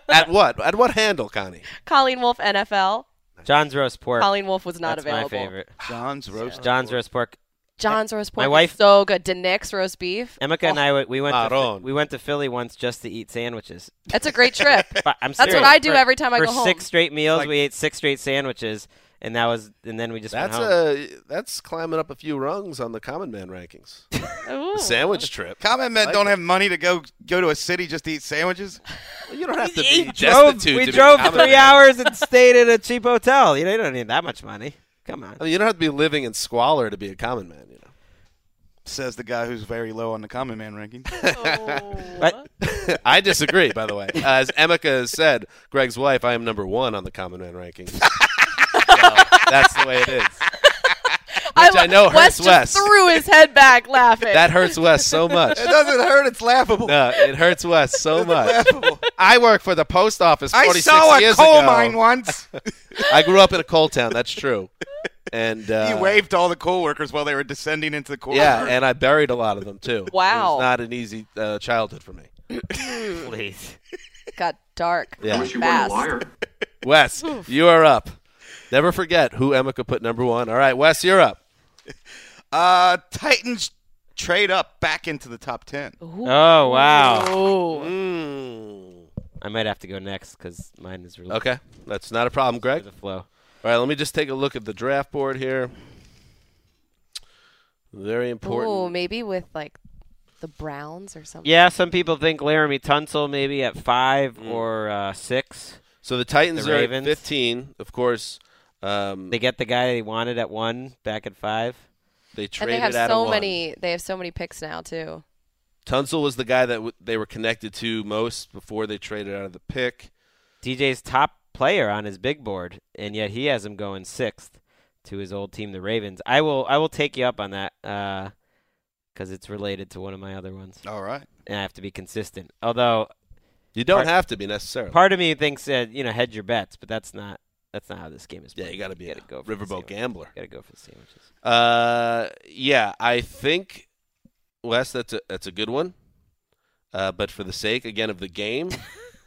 At what? At what handle, Connie?
Colleen Wolf NFL.
John's roast pork.
Colleen Wolf was not
That's
available.
my favorite.
John's roast.
John's roast pork.
John's roast
My
pork.
wife-
is so Oh. good. Denick's roast beef.
Emeka and I we went to,
Marron.
we went to Philly once just to eat sandwiches.
That's a great trip.
But I'm
That's
serious.
what I do
For-
every time I
for
go home.
six straight meals.
Like-
we ate six straight sandwiches, and that was and then we just
That's
went home.
a that's climbing up a few rungs on the common man rankings.
Ooh.
Sandwich trip.
Common men
Like
don't
it.
have money to go go to a city just to eat sandwiches.
You don't have to
We
be
drove,
destitute
we
to be
drove
common
three
man.
hours and stayed at a cheap hotel. You, know, you don't need that much money. Come on.
I mean, you don't have to be living in squalor to be a common man. You know.
Says the guy who's very low on the common man ranking.
But
I disagree, by the way. Uh, as Emeka has said, Greg's wife, I am number one on the common man rankings. So, that's the way it is. Which I know hurts
Wes just
Wes.
threw his head back laughing.
That hurts Wes so much.
it doesn't hurt. It's laughable.
No, it hurts Wes so much.
laughable.
I work for the post office
I
46
saw a
years
coal
ago.
mine once.
I grew up in a coal town, that's true. And uh,
he waved to all the coal workers while they were descending into the coal.
Yeah, and I buried a lot of them too. It
Wow.
was not an easy uh, childhood for me.
please,
got dark.
Yeah. I wish
fast.
Wes, you are up. Never forget who Emeka put number one. All right, Wes, you're up.
uh, Titans trade up back into the top ten.
oh wow,
Ooh.
I might have to go next because mine is really
Mm. Okay, that's not a problem, Greg.
the flow.
All right, let me just take a look at the draft board here. Very important.
Ooh, maybe with like the Browns or something.
Yeah, some people think Laramie Tunsil maybe at five
Mm.
or uh, six.
So the Titans are at
Ravens.
fifteen, of course. Um,
they get the guy they wanted at one, back at five.
They
and
traded
they have
out of
so
one.
many. They have so many picks now too.
Tunsil was the guy that w- they were connected to most before they traded out of the pick.
DJ's top player on his big board, and yet he has him going sixth to his old team, the Ravens. I will I will take you up on that because it's related to one of my other ones.
All right.
and I have to be consistent. Although
you don't have to be necessarily.
Part of me thinks that you know hedge your bets, but that's not that's not how this game is.
Yeah,
Played.
you got to be a
go for the
riverboat gambler.
Got to go for the sandwiches.
Uh, yeah, I think Wes, that's a that's a good one. Uh, but for the sake again of the game,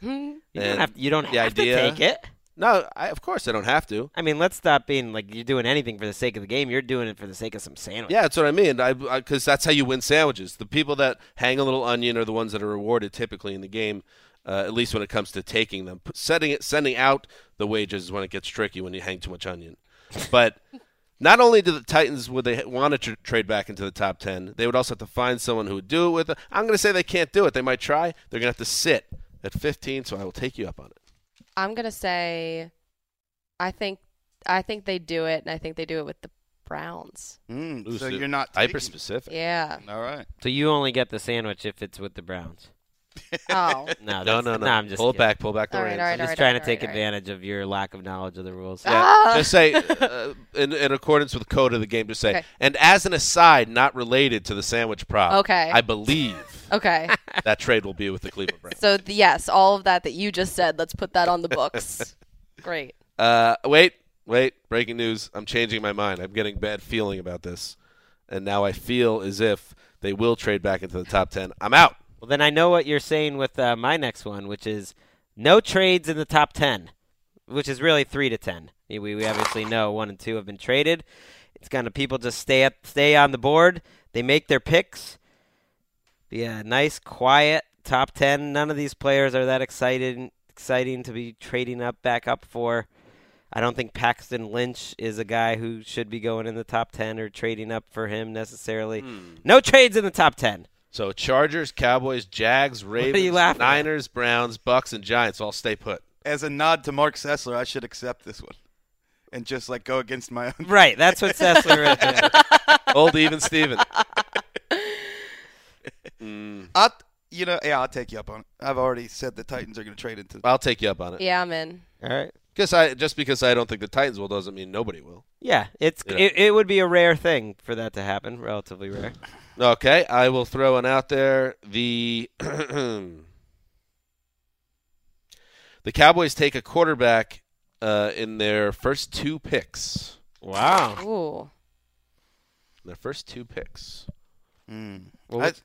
you
You don't have, you don't
the
have
idea,
to take it.
No, I, of course I don't have to.
I mean, let's stop being like you're doing anything for the sake of the game. You're doing it for the sake of some sandwich.
Yeah, that's what I mean. I because that's how you win sandwiches. The people that hang a little onion are the ones that are rewarded typically in the game, uh, at least when it comes to taking them. P- Setting it, sending out the wages is when it gets tricky when you hang too much onion. But not only do the Titans would they want to tr- trade back into the top ten, they would also have to find someone who would do it with. Them. I'm going to say they can't do it. They might try. They're going to have to sit at 15. So I will take you up on it.
I'm gonna say, I think, I think they do it, and I think they do it with the Browns.
Mm,
Ooh,
so you're not
hyper
taking-
specific.
Yeah.
All right.
So you only get the sandwich if it's with the Browns.
Oh.
No,
No,
that's-
no, no.
nah, I'm just
pull it
kidding.
back. Pull back the
All right,
reins.
all right,
I'm
all
just
right,
trying
all
to
right,
take
all right.
advantage of your lack of knowledge of the rules.
Yeah,
Ah!
just say uh, in, in accordance with the code of the game. Just say,
Okay.
and as an aside, not related to the sandwich prop.
Okay.
I believe
Okay.
that trade will be with the Cleveland Browns.
so th- yes, all of that that you just said. Let's put that on the books. Great.
Uh, wait, wait. Breaking news. I'm changing my mind. I'm getting bad feeling about this, and now I feel as if they will trade back into the top ten. I'm out.
Well, then I know what you're saying with uh, my next one, which is no trades in the top 10, which is really 3 to 10. We, we obviously know 1 and 2 have been traded. It's kind of people just stay at, stay on the board. They make their picks. Be a nice, quiet top 10. None of these players are that excited, exciting to be trading up back up for. I don't think Paxton Lynch is a guy who should be going in the top 10 or trading up for him necessarily. No trades in the top 10.
So Chargers, Cowboys, Jags,
are you
Ravens,
laughing at?
Niners, Browns, Bucks, and Giants all stay put.
As a nod to Mark Sessler, I should accept this one, and just like go against my own.
Right, that's what Sessler wrote there.
Old even Steven.
I, you know, yeah, I'll take you up on it. I've already said the Titans are going to trade into.
I'll take you up on it.
Yeah, I'm in.
All right.
Guess I just because I don't think the Titans will doesn't mean nobody will.
Yeah, it's
Yeah.
It, it would be a rare thing for that to happen, relatively rare.
Okay, I will throw one out there. The the Cowboys take a quarterback uh, in their first two picks.
Wow.
Ooh.
Their first two picks.
Mm.
Well,
I-
which,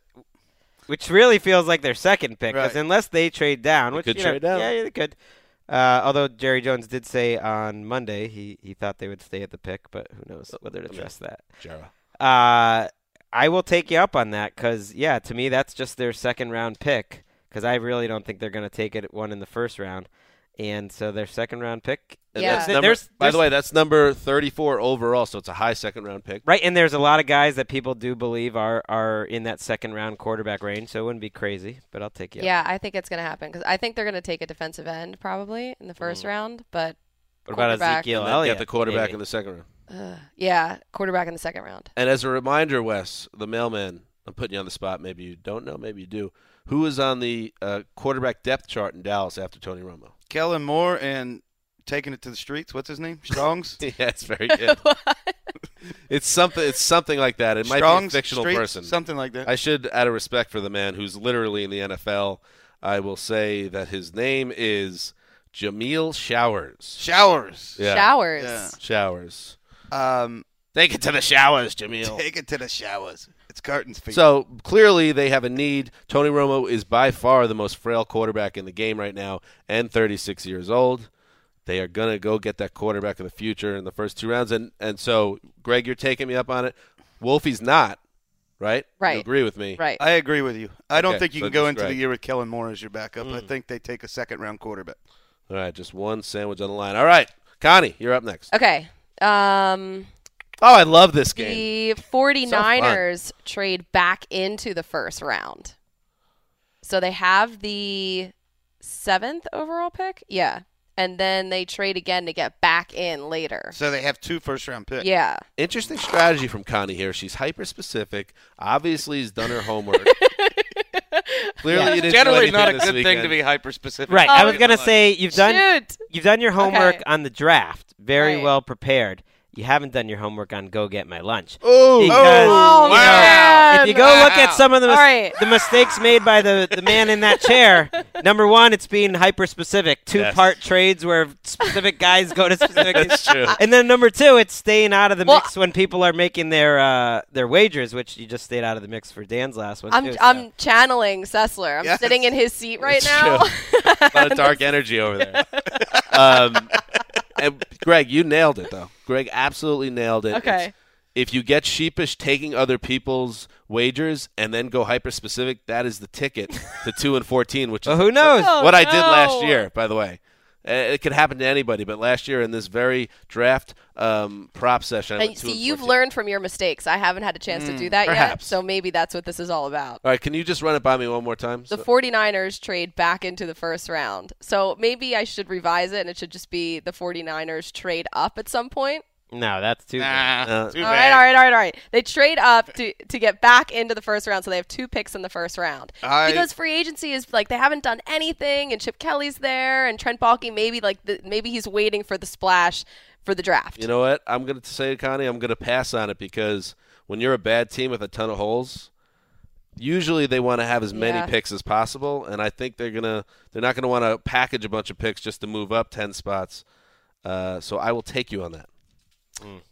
which really feels like their second pick, because
Right.
unless they trade down, which
could
you know,
trade down.
yeah, yeah, they could. Uh, although Jerry Jones did say on Monday he, he thought they would stay at the pick, but who knows whether to
Okay.
trust that.
Jara.
Uh, I will take you up on that because, yeah, to me, that's just their second round pick because I really don't think they're going to take it at one in the first round. And so their second round pick.
And Yeah.
That's
Th-
number,
there's-
by the
there's-
way, that's number thirty-four overall, so it's a high second round pick.
Right, and there's a lot of guys that people do believe are are in that second round quarterback range, so it wouldn't be crazy, but I'll take you. up.
Yeah, I think it's gonna happen because I think they're gonna take a defensive end probably in the first round, but
Mm. What about
quarterback.
Ezekiel
And then
Elliott?
get the quarterback
maybe?
in the second round.
ugh, yeah, quarterback in the second round.
And as a reminder, Wes, the mailman, I'm putting you on the spot. Maybe you don't know, maybe you do. Who is on the uh, quarterback depth chart in Dallas after Tony Romo?
Kellen Moore and taking it to the streets. What's his name? Strong's.
yeah, it's very good. It's something. It's something like that. It might
Strong's
be a fictional
Streets,
person.
Something like that.
I should, out of respect for the man who's literally in the NFL, I will say that his name is Jameel Showers.
Showers.
Yeah.
Showers.
Yeah.
Showers.
Um,
Take it to the showers, Jameel.
take it to the showers. It's curtains feet.
So clearly they have a need. Tony Romo is by far the most frail quarterback in the game right now, and 36 years old. They are gonna go get that quarterback of the future in the first two rounds, and and so Greg, you're taking me up on it. Wolfie's not, right? You
Right.
agree with me?
Right.
I agree with you. I don't
Okay,
think you
so
can go
just Hmm.
into the
Greg.
year with Kellen Moore as your backup. I think they take a second round quarterback.
All right, just one sandwich on the line. All right, Connie, you're up next.
Okay. Um,
Oh, I love this game.
The 49ers trade back into the first round. So they have the seventh overall pick. Yeah. And then they trade again to get back in later.
So they have two first round picks.
Yeah.
Interesting strategy from Connie here. She's hyper specific. Obviously, has done her homework. Clearly,
Yeah.
you didn't do
Generally
anything
not a
this
good thing
weekend.
to be hyper-specific.
Right. I was
Oh,
gonna
shoot.
say you've done
Shoot.
you've done your homework
Okay.
on the draft, very
Right.
well prepared. You haven't done your homework on go get my lunch.
Ooh.
Because,
Oh,
you know,
man.
if you go
Um,
look at some of the mis-
All right.
the mistakes made by the, the man in that chair, number one, it's being hyper specific, two part trades where specific guys go to specific.
That's true.
And then number two, it's staying out of the
Well,
mix when people are making their uh, their wagers, which you just stayed out of the mix for Dan's last one.
I'm
too, so.
I'm channeling Sessler. I'm
Yes.
sitting in his seat
It's
right now.
true. a lot of dark energy over there. um, and Greg, you nailed it though. Greg absolutely nailed it.
Okay.
It's- if you get sheepish taking other people's wagers and then go hyper specific, that is the ticket to two and fourteen, which is
Well, who knows?
Oh,
what I did last
no.
year. By the way, Uh, it could happen to anybody, but last year in this very draft um, prop session, I
And
went two
see, you've
14.
learned from your mistakes. I haven't had a chance to do that yet.
Hmm, perhaps.
So maybe that's what this is all about.
All right, can you just run it by me one more time?
The
So-
49ers trade back into the first round. So maybe I should revise it and it should just be the 49ers trade up at some point.
no, that's too.
Nah,
Uh,
too
All right,
bad.
all right, all right, all right. They trade up to, to get back into the first round, so they have two picks in the first round.
I-
because free agency is like they haven't done anything, and Chip Kelly's there, and Trent Baalke maybe like the, maybe he's waiting for the splash for the draft.
You know what? I'm going to say, Connie, I'm going to pass on it because when you're a bad team with a ton of holes, usually they want to have as many
Yeah.
picks as possible, and I think they're gonna they're not going to want to package a bunch of picks just to move up ten spots. Uh, so I will take you on that.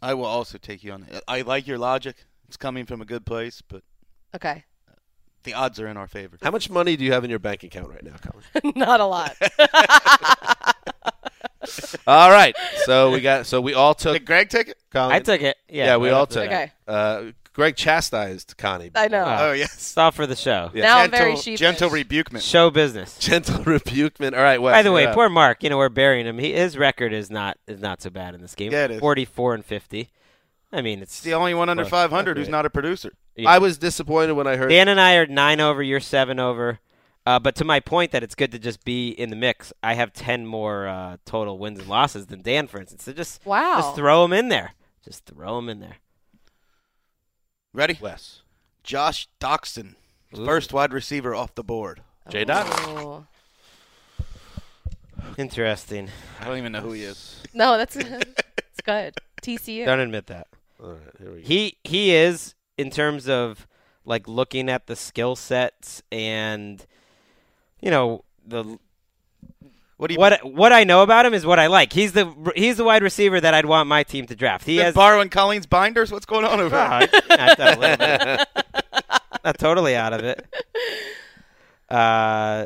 I will also take you on that. I like your logic. It's coming from a good place, but
okay,
the odds are in our favor.
How much money do you have in your bank account right now, Colin?
not a lot.
all right, so we got so we all took
Did Greg take it?
Colin.
I took it. Yeah,
yeah, we
right
all
off the
took.
bat.
Okay.
Uh, Greg chastised Connie. Uh,
I know.
Oh.
Oh, yes.
It's all for the show.
Yeah.
Now I'm
gentle,
very sheepish.
gentle rebukement.
Show business.
Gentle rebukement. All right, Wes,
By the way,
you're up.
poor Mark. You know we're burying him. He, his record is not is not so bad in this game.
Yeah, it is.
Forty-four and fifty. I mean, it's
It's the only one under
Well,
500 who's
okay.
not a producer.
yeah.
I was disappointed when I heard
Dan and I are nine over. You're seven over. Uh, but to my point that it's good to just be in the mix. I have ten more uh, total wins and losses than Dan, for instance. So just
Wow.
just throw him in there. Just throw him in there.
Ready?
Wes.
Josh Doxson,
Ooh.
first wide receiver off the board.
J Dot.
Oh.
Interesting.
I don't even know who he is.
No, that's it's good. TCU.
Don't admit that.
All right, here we go.
He he is in terms of like looking at the skill sets and you know the
What do you
what what I know about him is what I like. He's the he's the wide receiver that I'd want my team to draft. He
been
has
borrowing Colleen's binders? What's going on over there?
Ah, I thought a little bit. not totally out of it. Uh,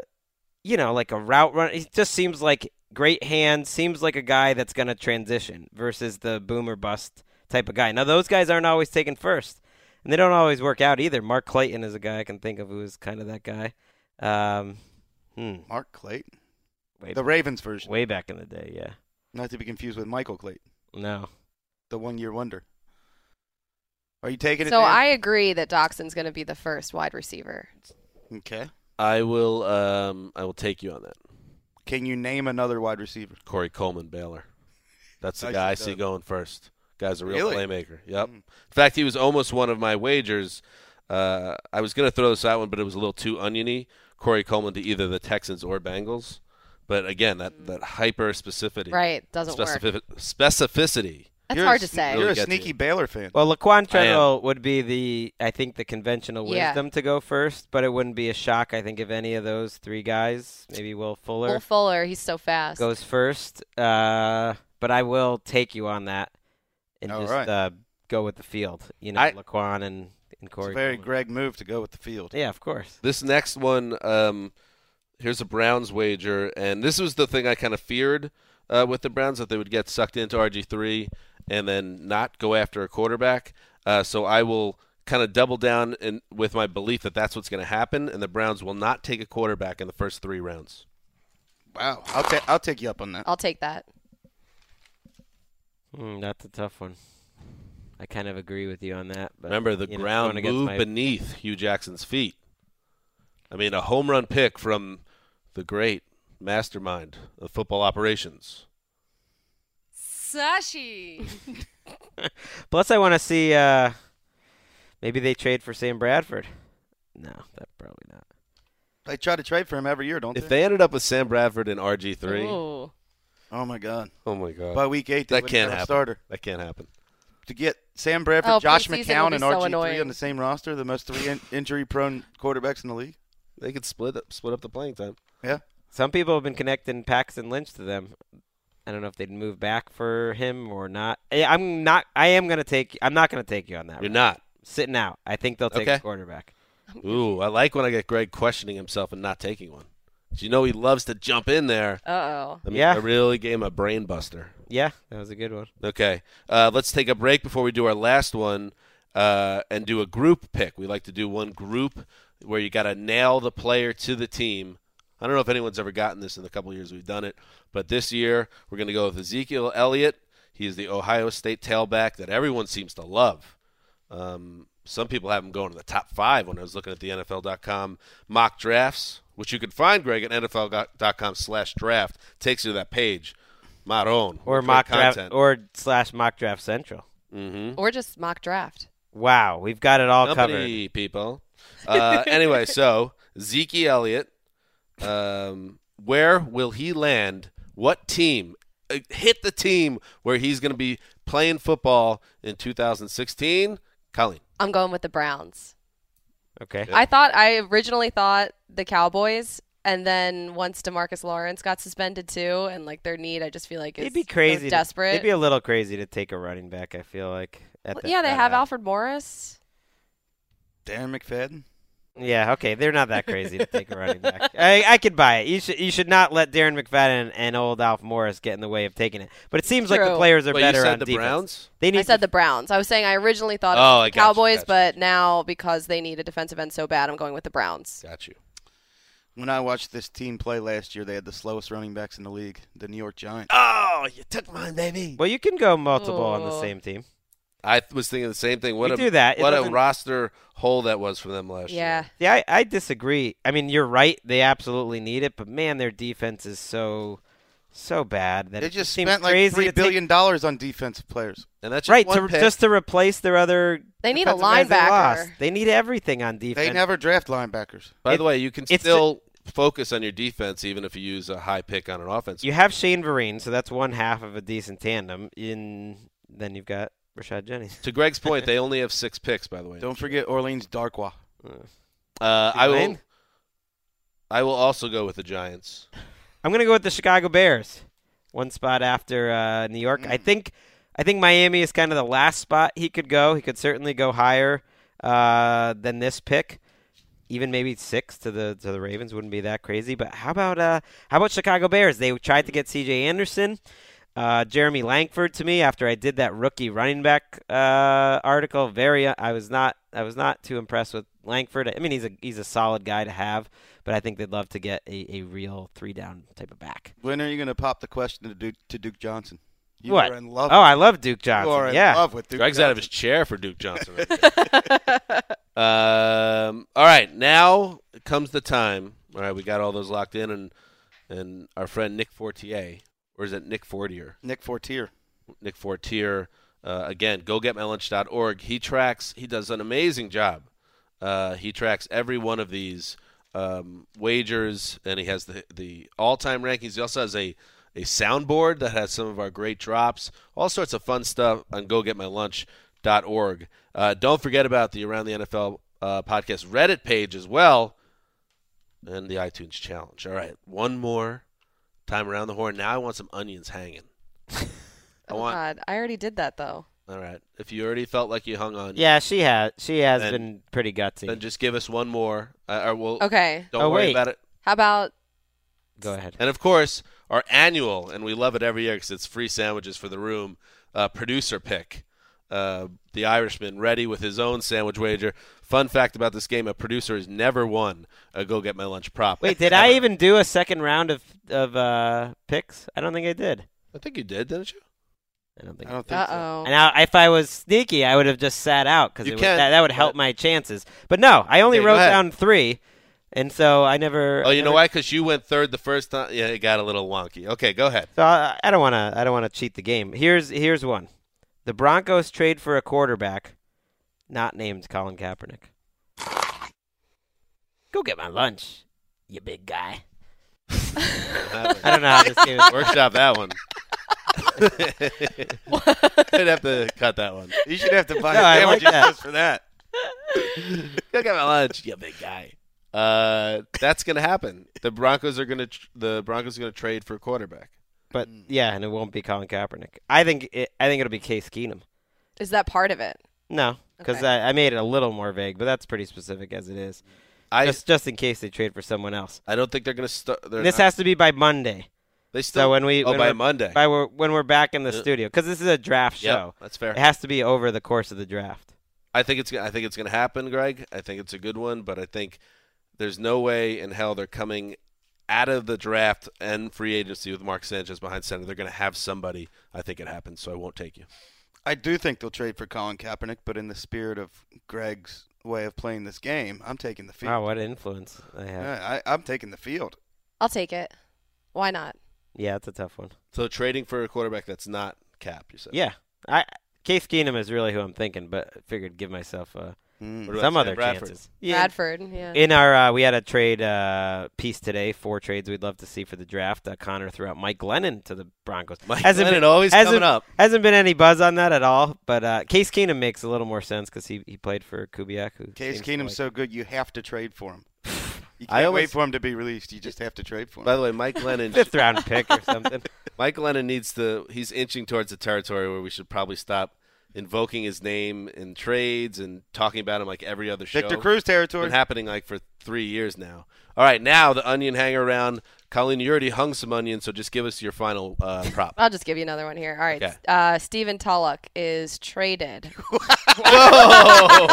you know, like a route run. He just seems like great hands. Seems like a guy that's going to transition versus the boomer bust type of guy. Now those guys aren't always taken first, and they don't always work out either. Mark Clayton is a guy I can think of who is kind of that guy. Um, hmm,
Mark Clayton.
way,
The Ravens version.
way back in the day, yeah.
Not to be confused with Michael Clayton,
No,
the one year wonder. Are you taking it?
so
Dan?
I agree that Doxson's going to be the first wide receiver.
Okay.
I will. Um, I will take you on that.
Can you name another wide receiver?
Corey Coleman Baylor. That's the
Nicely
guy I see
done.
going first. Guy's a real
Really?
playmaker. Yep.
Mm.
In fact, he was almost one of my wagers. Uh, I was going to throw this out one, but it was a little too oniony. Corey Coleman to either the Texans or Bengals. But again,
Hmm.
that, that hyper specificity.
Right, doesn't work.
Specificity.
That's
You're a
hard to
sne-
say.
Really
You're a
gets
sneaky
you.
Baylor fan.
Well, Laquan
I am.
Treadwell would be the, I think, the conventional
Yeah.
wisdom to go first, but it wouldn't be a shock, I think, if any of those three guys, maybe Will Fuller,
Will Fuller, he's so fast.
goes first. Uh, but I will take you on that and
All
just
right.
uh, go with the field. You know,
I-
Laquan and, and
it's
Corey.
a very
Coleman.
Greg move to go with the field.
Yeah, of course.
This next one, um, here's a Browns wager, and this was the thing I kind of feared uh, with the Browns that they would get sucked into RG three and then not go after a quarterback. Uh, so I will kind of double down in, with my belief that that's what's going to happen, and the Browns will not take a quarterback in the first three rounds.
Wow. I'll, ta- I'll take you up on that.
I'll take that.
Hmm, that's a tough one. I kind of agree with you on that. But
Remember, the
you know,
ground
going against
moved
my-
beneath Hugh Jackson's feet. I mean, a home run pick from the great mastermind of football operations.
Sashi.
Plus, I want to see uh, maybe they trade for Sam Bradford. No, that probably not.
They try to trade for him every year, don't
If
they?
they ended up with Sam Bradford and RG3,
Oh.
Oh my God!
oh my God.
By week eight, they
that
wouldn't
can't
have a
happen.
starter.
That can't happen.
To get Sam Bradford,
Oh,
Josh
preseason will
McCown,
be
and
so
RG3 on
annoying.
the same roster, the most three in- injury-prone quarterbacks in the league.
They could split up, split up the playing time.
Yeah.
Some people have been connecting Paxton Lynch to them. I don't know if they'd move back for him or not. I- I'm not. I am gonna take. I'm not gonna take you on that.
You're
route.
not.
sitting out. I think they'll take
Okay.
a quarterback.
Ooh, I like when I get Greg questioning himself and not taking one. 'Cause You know he loves to jump in there.
Uh oh.
I mean,
Yeah.
I really gave him a brain buster.
Yeah, that was a good one.
Okay. Uh, let's take a break before we do our last one uh, and do a group pick. We like to do one group where you got to nail the player to the team. I don't know if anyone's ever gotten this in the couple years we've done it, but this year we're going to go with Ezekiel Elliott. He is the Ohio State tailback that everyone seems to love. Um, some people have him going to the top five when I was looking at the NFL.com mock drafts, which you can find, Greg, at NFL.com slash draft. Takes you to that page. Maron.
Or
Great
mock draft.
content.
Or slash mock draft central.
mm-hmm.
Or just mock draft.
Wow, we've got it all covered.
company people. Uh, anyway, so Zeke Elliott, um, where will he land? What team? Uh, hit the team where he's going to be playing football in 2016. Colleen,
I'm going with the Browns.
Okay.
I thought I originally thought the Cowboys, and then once Demarcus Lawrence got suspended too, and like their need, I just feel like is
It'd be
so
crazy. to-
desperate.
it'd be a little crazy to take a running back. I feel like. At
Well,
that-
yeah, they
that
have
high.
Alfred Morris.
Darren McFadden.
Yeah. Okay. They're not that crazy to take a running back. I, I could buy it. You should. You should not let Darren McFadden and old Alf Morris get in the way of taking it. But it seems like the
True.
players are
Wait, you
better
said
on
the
defense.
Browns?
They need.
I said
to-
the Browns. I was saying I originally thought
Oh,
it
I got
was the
you,
Cowboys,
got you.
but now because they need a defensive end so bad, I'm going with the Browns.
got you.
When I watched this team play last year, they had the slowest running backs in the league, the New York Giants.
Oh, you took mine, baby.
well, you can go multiple on the
Oh.
same team.
I th- was thinking the same thing. What
We
a
do that. It
what a
doesn't-
roster hole that was for them last
Yeah.
year.
Yeah, I, I disagree. I mean, you're right. They absolutely need it, but man, their defense is so so bad that
They
it
just
seems
spent like
crazy
three
to take-
billion dollars on defensive players.
and that's just
right
one
to,
pick.
just to replace their other.
They need a
defensive guys they
linebacker.
lost. They need everything on defense.
They never draft linebackers.
By
it-
the way, you can
it's-
still focus on your defense even if you use a high pick on an offense.
You have Shane Vereen, so that's one half of a decent tandem. In then you've got Rashad Jennings.
to Greg's point, they only have six picks. By the way,
Don't forget Orleans Darkwa.
Uh, I will.
Lane?
I will also go with the Giants.
I'm gonna go with the Chicago Bears, one spot after uh, New York. I think, I think Miami is kind of the last spot he could go. He could certainly go higher uh, than this pick, even maybe six to the to the Ravens wouldn't be that crazy. But how about uh, how about Chicago Bears? They tried to get C.J. Anderson. Uh, Jeremy Langford to me after I did that rookie running back uh, article. Very, I was not, I was not too impressed with Langford. I mean, he's a he's a solid guy to have, but I think they'd love to get a, a real three down type of back.
When are you going to pop the question to Duke, to Duke Johnson? You
what?
are in love.
oh, I love Duke Johnson.
you are in
yeah,
love with Duke.
Greg's
Johnson.
out of his chair for Duke Johnson. Right there. um. All right, now comes the time. All right, we got all those locked in, and and our friend Nick Fortier, or is it Nick Fortier?
Nick Fortier.
Nick Fortier. Uh, again, go get org. He tracks. He does an amazing job. Uh, he tracks every one of these um, wagers, and he has the the all time rankings. He also has a a soundboard that has some of our great drops, all sorts of fun stuff on gogetmylunch.org. Uh, don't forget about the Around the NFL uh, podcast Reddit page as well, and the iTunes challenge. All right, one more time around the horn. Now I want some onions hanging. I
Oh
want
God, I already did that though.
all right. If you already felt like you hung on,
yeah. She has she has
Then-
been pretty gutsy.
then just give us one more. Uh, or we'll,
Okay,
Don't
Oh,
worry
wait.
about it.
how about
go ahead.
And of course, our annual, and we love it every year because it's free sandwiches for the room. Uh, producer pick, uh, the Irishman, ready with his own sandwich wager. Fun fact about this game: a producer has never won a go get my lunch prop.
Wait, did I
Ever.
even do a second round of of uh, picks? I don't think I did.
I think you did, didn't you?
I don't think.
I don't think so.
Uh-oh.
And I, if I was sneaky, I would have just sat out because
You can,
that, that would help my chances. But no, I only
Okay, go
wrote
ahead.
down three, and so I never.
Oh,
I
you know
never-
why? Because you went third the first time. Yeah, it got a little wonky. Okay, go ahead.
So uh, I, I don't want to. I don't want to cheat the game. Here's here's one. The Broncos trade for a quarterback, not named Colin Kaepernick. Go get my lunch, you big guy. I don't know how this game is.
Workshop that one. I'd have to cut that one.
You should have to buy
No, I
a sandwich
like that.
just for that.
Go get my lunch, you big guy. Uh, that's gonna happen. The Broncos are gonna tr- the Broncos are gonna trade for a quarterback.
But
Mm.
yeah, and it won't be Colin Kaepernick. I think it, I think it'll be Case Keenum.
Is that part of it?
No, because
Okay.
I, I made it a little more vague, but that's pretty specific as it is.
I-
just just in case they trade for someone else.
I don't think they're gonna start.
this has to be by Monday.
They
so
still-
when we
oh,
when
by
we're-
Monday.
by we're, when we're back in the
Yeah.
studio because this is a draft
Yep,
show.
that's fair.
It has to be over the course of the draft.
I think it's I think it's going to happen, Greg. I think it's a good one, but I think there's no way in hell they're coming out of the draft and free agency with Mark Sanchez behind center. They're going to have somebody. I think it happens, so I won't take you.
I do think they'll trade for Colin Kaepernick, but in the spirit of Greg's way of playing this game, I'm taking the field.
Wow, what influence I have. Yeah.
Yeah, I, I'm taking the field.
I'll take it. Why not?
it's a tough one.
So trading for a quarterback that's not cap, you said.
Yeah, I Case Keenum is really who I'm thinking, but I figured give myself uh,
Mm.
What about
some
Sam
other
Bradford?
chances.
Bradford, yeah.
In our, uh, we had a trade uh, piece today. Four trades we'd love to see for the draft. Uh, Connor threw out Mike Glennon to the Broncos.
Mike Glennon always
hasn't,
coming up.
Hasn't been any buzz on that at all. But uh, Case Keenum makes a little more sense because he, he played for Kubiak. Who
Case
seems to
Keenum's
like-
so good, you have to trade for him. You can't
I always-
wait for him to be released. You just have to trade for him.
By the way, Mike Lennon
fifth round pick or something.
Mike Lennon needs to. He's inching towards the territory where we should probably stop invoking his name in trades and talking about him like every other show.
Victor Cruz territory.
Been happening like for three years now. All right, now the onion hanger round. Colleen, you already hung some onions, so just give us your final uh, prop.
I'll just give you another one here. All right.
Okay.
Uh, Steven Tulloch is traded.
Whoa!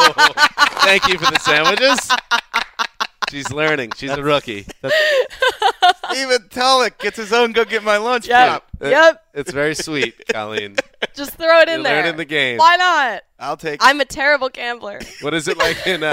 Thank you for the sandwiches. She's learning. She's a rookie.
Even Tulloch gets his own go get my lunch prop.
Yep.
It's very sweet, Colleen.
Just throw it in
You're
there.
learning the game.
Why not?
I'll take
I'm a terrible gambler.
What is it like in?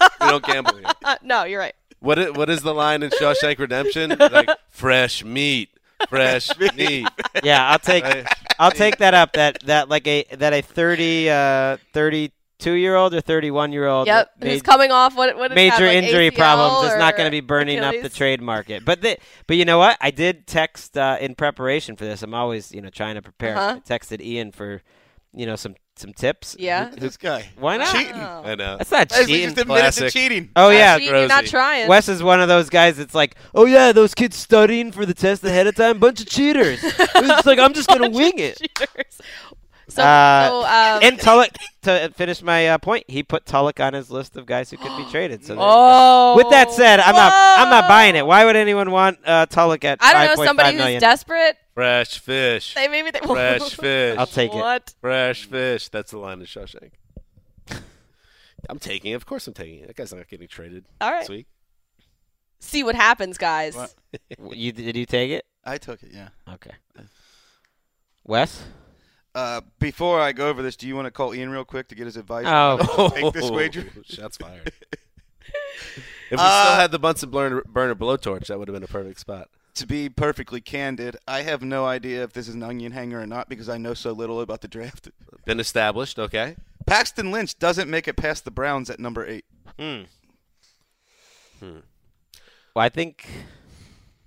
Uh, we don't gamble here.
Uh, no, you're right.
What is, what is the line in Shawshank Redemption? Like fresh meat, fresh meat.
yeah, I'll take
Right.
I'll take that up. That that like a that a 30 uh, 32 year old or thirty one year old.
Yep. Who's coming off what, what did he have,
major
like
injury
ACL
problems is not
or
going to be burning up the
Achilles?
trade market. But the, but you know what? I did text uh, in preparation for this. I'm always you know trying to prepare.
Uh-huh.
I texted Ian for you know some some tips.
Yeah.
This guy.
Why not?
Wow.
I know.
That's not
Leslie
cheating.
just admitted to
Classic.
cheating.
Oh yeah,
Actually, you're not trying.
Wes is one of those guys that's like, oh yeah, those kids studying for the test ahead of time, bunch of cheaters. it's like I'm just gonna wing it.
Cheaters. So,
Uh,
so um,
And Tulloch, to finish my uh, point, he put Tulloch on his list of guys who could be traded. So there you go.
oh,
With that said, I'm not I'm not buying it. Why would anyone want uh, Tulloch at
I don't know
5.5
somebody who's
million?
desperate.
Fresh fish.
They maybe they
Fresh fish.
I'll take it.
What?
Fresh fish. That's the line in Shawshank. I'm taking it. Of course I'm taking it. That guy's not getting traded
All right.
this week.
See what happens, guys.
What?
You did you take it?
I took it, yeah.
Okay. Wes?
Uh, before I go over this, do you want to call Ian real quick to get his advice?
Oh.
Take this wager.
Shots fired. if we still
Uh,
had the Bunsen burner, burner blowtorch, that would have been a perfect spot.
To be perfectly candid, I have no idea if this is an onion hanger or not because I know so little about the draft.
Been established, okay?
Paxton Lynch doesn't make it past the Browns at number eight.
Hmm. Well, Oh, I think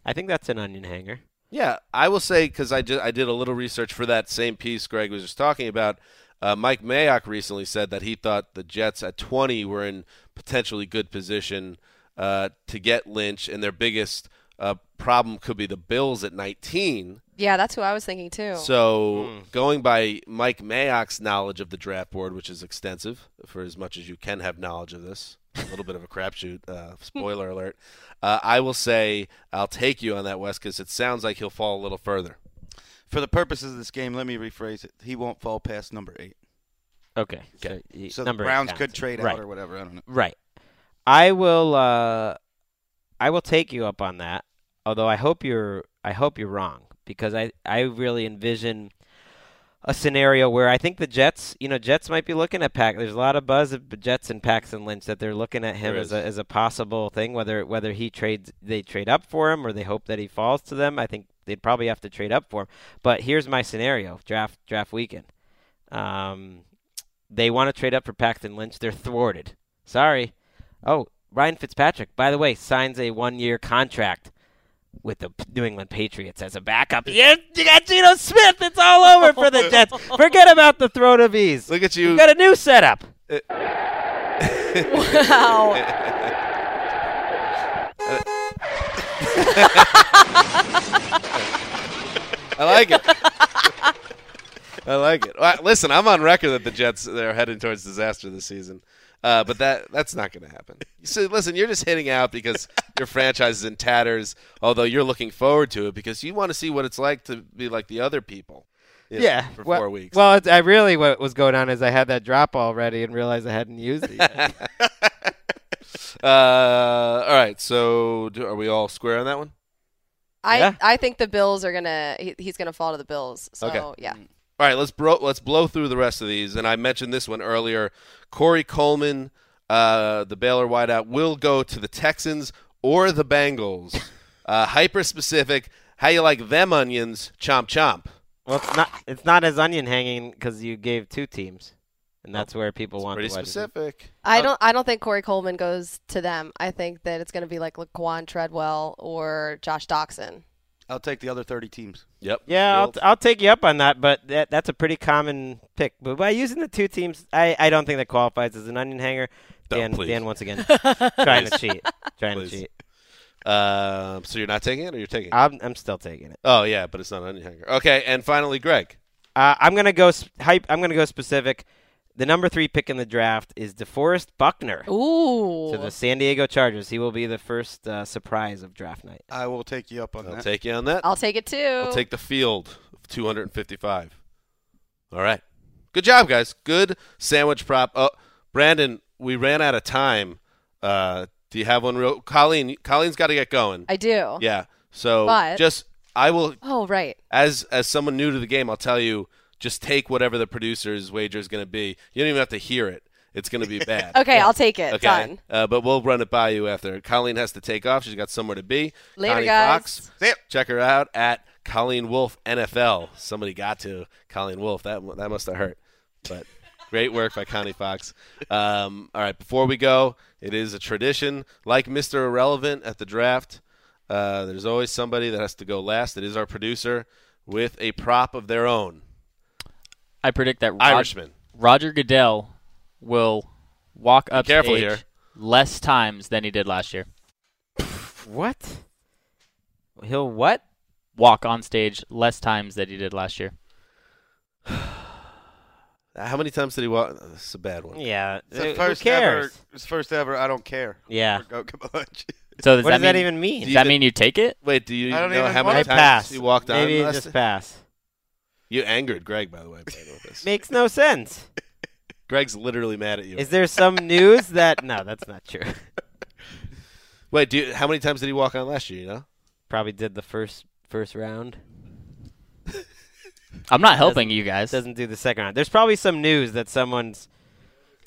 I think that's an onion hanger.
Yeah, I will say because I, ju- I did a little research for that same piece Greg was just talking about. Uh, Mike Mayock recently said that he thought the Jets at 20 were in potentially good position uh, to get Lynch, and their biggest uh, problem could be the Bills at 19.
Yeah, that's who I was thinking too.
So going by Mike Mayock's knowledge of the draft board, which is extensive, for as much as you can have knowledge of this, a little bit of a crapshoot. Uh, spoiler alert. Uh, I will say I'll take you on that, West, because it sounds like he'll fall a little further.
For the purposes of this game, let me rephrase it. He won't fall past number eight.
Okay.
Okay.
So, y-
So
number
the
eight
Browns
counts.
could trade
right.
out or whatever. I don't know.
Right. I will uh I will take you up on that. Although I hope you're I hope you're wrong because I I really envision a scenario where I think the Jets, you know, Jets might be looking at Pack. There's a lot of buzz of Jets and Paxton Lynch that they're looking at him
There
as
is.
a as a possible thing. Whether whether he trades, they trade up for him, or they hope that he falls to them. I think they'd probably have to trade up for him. But here's my scenario: draft draft weekend. Um, they want to trade up for Paxton Lynch. They're thwarted. Sorry. Oh, Ryan Fitzpatrick, by the way, signs a one-year contract with the P- New England Patriots as a backup. Yeah, you got Geno Smith. It's all over for the Jets. Forget about the throat of ease. Look at you. We've got a new setup.
I like it. I like it. Well, listen, I'm on record that the Jets they're heading towards disaster this season, uh, but that that's not going to happen. So listen, you're just hitting out because your franchise is in tatters. Although you're looking forward to it because you want to see what it's like to be like the other people. you know,
Yeah.
for
well,
four weeks.
Well, it's, I really what was going on is I had that drop already and realized I hadn't used it. Yet.
Uh, all right. So do, are we all square on that one?
I
Yeah.
I think the Bills are gonna. He, he's gonna fall to the Bills. So
Okay.
yeah.
All right, let's bro- let's blow through the rest of these. And I mentioned this one earlier. Corey Coleman, uh, the Baylor wideout, will go to the Texans or the Bengals. Uh, hyper specific. How you like them onions? Chomp chomp.
Well, it's not it's not as onion hanging because you gave two teams, and that's where people want
pretty
the wedges.
specific.
I don't. I don't think Corey Coleman goes to them. I think that it's going to be like Laquan Treadwell or Josh Doxson.
I'll take the other 30 teams.
Yep.
Yeah, I'll, I'll take you up on that, but that, that's a pretty common pick. But by using the two teams, I, I don't think that qualifies as an onion hanger.
No,
Dan,
please.
Dan once again trying to
Please.
cheat, trying
Please.
to cheat.
Uh, so you're not taking it, or you're taking it?
I'm I'm still taking it.
oh yeah, but it's not onion hanger. Okay, and finally, Greg.
Uh, I'm gonna go sp- hype. I'm gonna go specific. The number three pick in the draft is DeForest Buckner
Ooh.
to the San Diego Chargers. He will be the first uh, surprise of draft night.
Uh,
I will take you up on
I'll
that.
take you on that.
I'll take it too.
I'll take the field of 255. All right. Good job, guys. Good sandwich prop. Oh, Brandon, we ran out of time. Uh, do you have one real? Colleen, Colleen's got to get going.
I do.
Yeah. So
But-
just, I will,
Oh right.
as as someone new to the game, I'll tell you, just take whatever the producer's wager is going to be. You don't even have to hear it. It's going to be bad.
Okay, I'll take it.
Okay.
Done.
Uh, but we'll run it by you after. Colleen has to take off. She's got somewhere to be.
Later,
Connie
guys.
Fox. Check her out at Colleen Wolf NFL. Somebody got to Colleen Wolf. That that must have hurt. But great work by Connie Fox. Um, all right, before we go, it is a tradition. Like Mr. Irrelevant at the draft, uh, there's always somebody that has to go last. It is our producer with a prop of their own.
I predict that Rod-
Irishman.
Roger Goodell will walk up
careful here.
less times than he did last year.
What? He'll what?
Walk on stage less times than he did last year.
How many times did he walk? This is a bad one.
Yeah.
It's the first ever. It's the first ever. I don't care.
Yeah.
Go Cavaliers.
So does
What
that
does that
mean-
even mean?
Does that mean you take it?
Wait, do you
I don't
know
even
how
want
many
it.
times
pass.
he walked on?
Maybe
last-
just pass.
You angered Greg, by the way. by all this.
Makes no sense.
Greg's literally mad at you.
Is there some news that? No, that's not true.
Wait, do you, how many times did he walk on last year? You know,
Probably did the first first round.
I'm not helping you guys.
Doesn't do the second round. There's probably some news that someone's.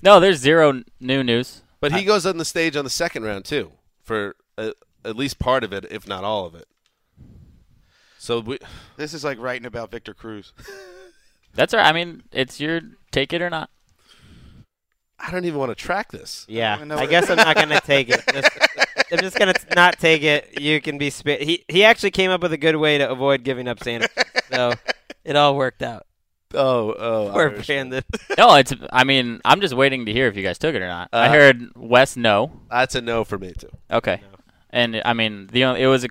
No, there's zero n- new news.
but he goes on the stage on the second round too for uh at least part of it, if not all of it. So we,
This is like writing about Victor Cruz.
That's all right. I mean, it's your take it or not.
I don't even want to track this.
Yeah,
wanna know
I
what-
guess I'm not gonna take it. Just, I'm just gonna t- not take it. You can be spit. He he actually came up with a good way to avoid giving up sandwiches, so it all worked out.
Oh, oh,
Poor
Irish.
Brandon.
No, it's. I mean, I'm just waiting to hear if you guys took it or not. I
Uh,
heard Wes no.
that's a no for me too.
Okay, and I mean the only, it was a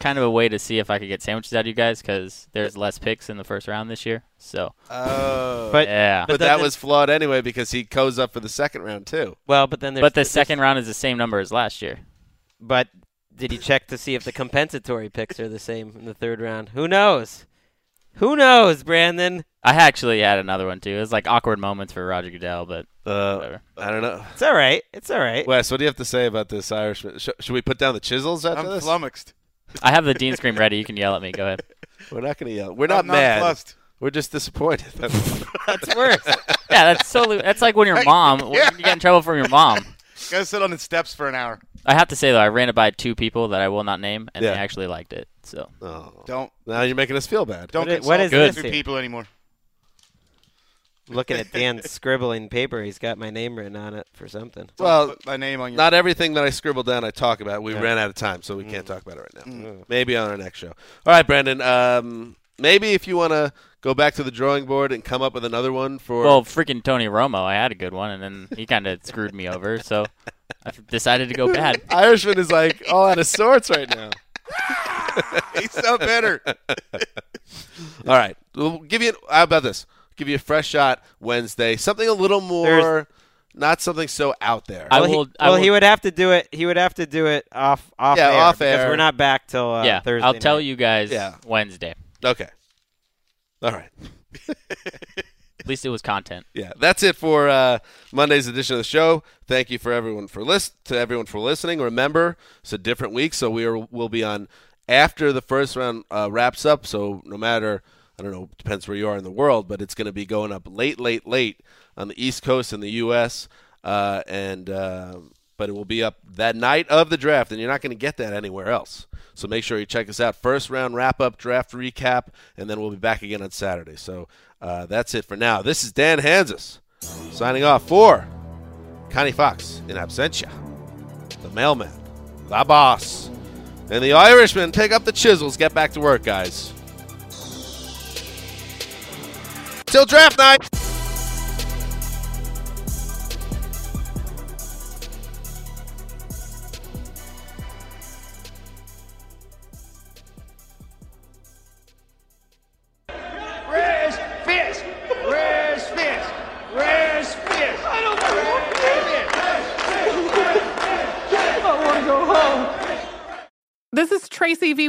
kind of a way to see if I could get sandwiches out of you guys because there's less picks in the first round this year. So
Oh.
But
yeah,
But
that
that
did-
was flawed anyway because he goes up for the second round too.
well, but then there's
but the
there's-
second round is the same number as last year.
But did he check to see if the compensatory picks are the same in the third round? Who knows? Who knows, Brandon?
I actually had another one too. It was like awkward moments for Roger Goodell, but
Uh,
whatever.
I don't know,
It's all right. It's all right.
Wes. What do you have to say about this Irishman? Sh- should we put down the chisels after
I'm
this?
flummoxed.
I have the dean scream ready. You can yell at me. Go ahead.
We're not going to yell. We're not
I'm
mad.
nonplussed.
We're just disappointed. That's,
that's worse. Yeah, that's so. That's like when your mom. when
Yeah.
You get in trouble from your mom.
Go sit on the steps for an hour.
I have to say though, I ran it by two people that I will not name, and
Yeah.
they actually liked it. So
Don't.
Now you're making us feel bad.
Don't
What i-
consult
what is
those
this
two
here?
people anymore.
Looking at Dan's scribbling paper, he's got my name written on it for something.
Well,
put my name on your-
Not everything that I scribbled down I talk about. We
Yeah.
ran out of time, so we can't talk about it right now.
Mm.
Maybe on our next show. All right, Brandon. Um, maybe if you want to go back to the drawing board and come up with another one for.
well, freaking Tony Romo, I had a good one, and then he kind of screwed me over. So I decided to go bad.
Irishman is like all out of sorts right now.
He's so bitter.
all right, we'll give you. An, how about this? Give you a fresh shot Wednesday. Something a little more, not something so out there.
well, he, well, he would have to do it. He would have to do it off off
Yeah,
air
off
because
air.
We're not back till uh,
yeah,
Thursday.
I'll tell
night.
you guys
Yeah.
Wednesday.
Okay. All right.
At least it was content.
Yeah, that's it for uh, Monday's edition of the show. Thank you for everyone for list to everyone for listening. Remember, it's a different week, so we are will be on after the first round uh, wraps up. So no matter, I don't know, depends where you are in the world, but it's going to be going up late, late, late on the East Coast in the U.S. Uh, and uh, but it will be up that night of the draft, and you're not going to get that anywhere else. So make sure you check us out. First round wrap up, draft recap, and then we'll be back again on Saturday. So uh, that's it for now. This is Dan Hansis signing off for Connie Fox in absentia, the mailman, the boss, and the Irishman. Take up the chisels. Get back to work, guys. Till draft night.
Raise fist. Raise fist. Raise fist. I don't want to I want to go home.
This is Tracy V.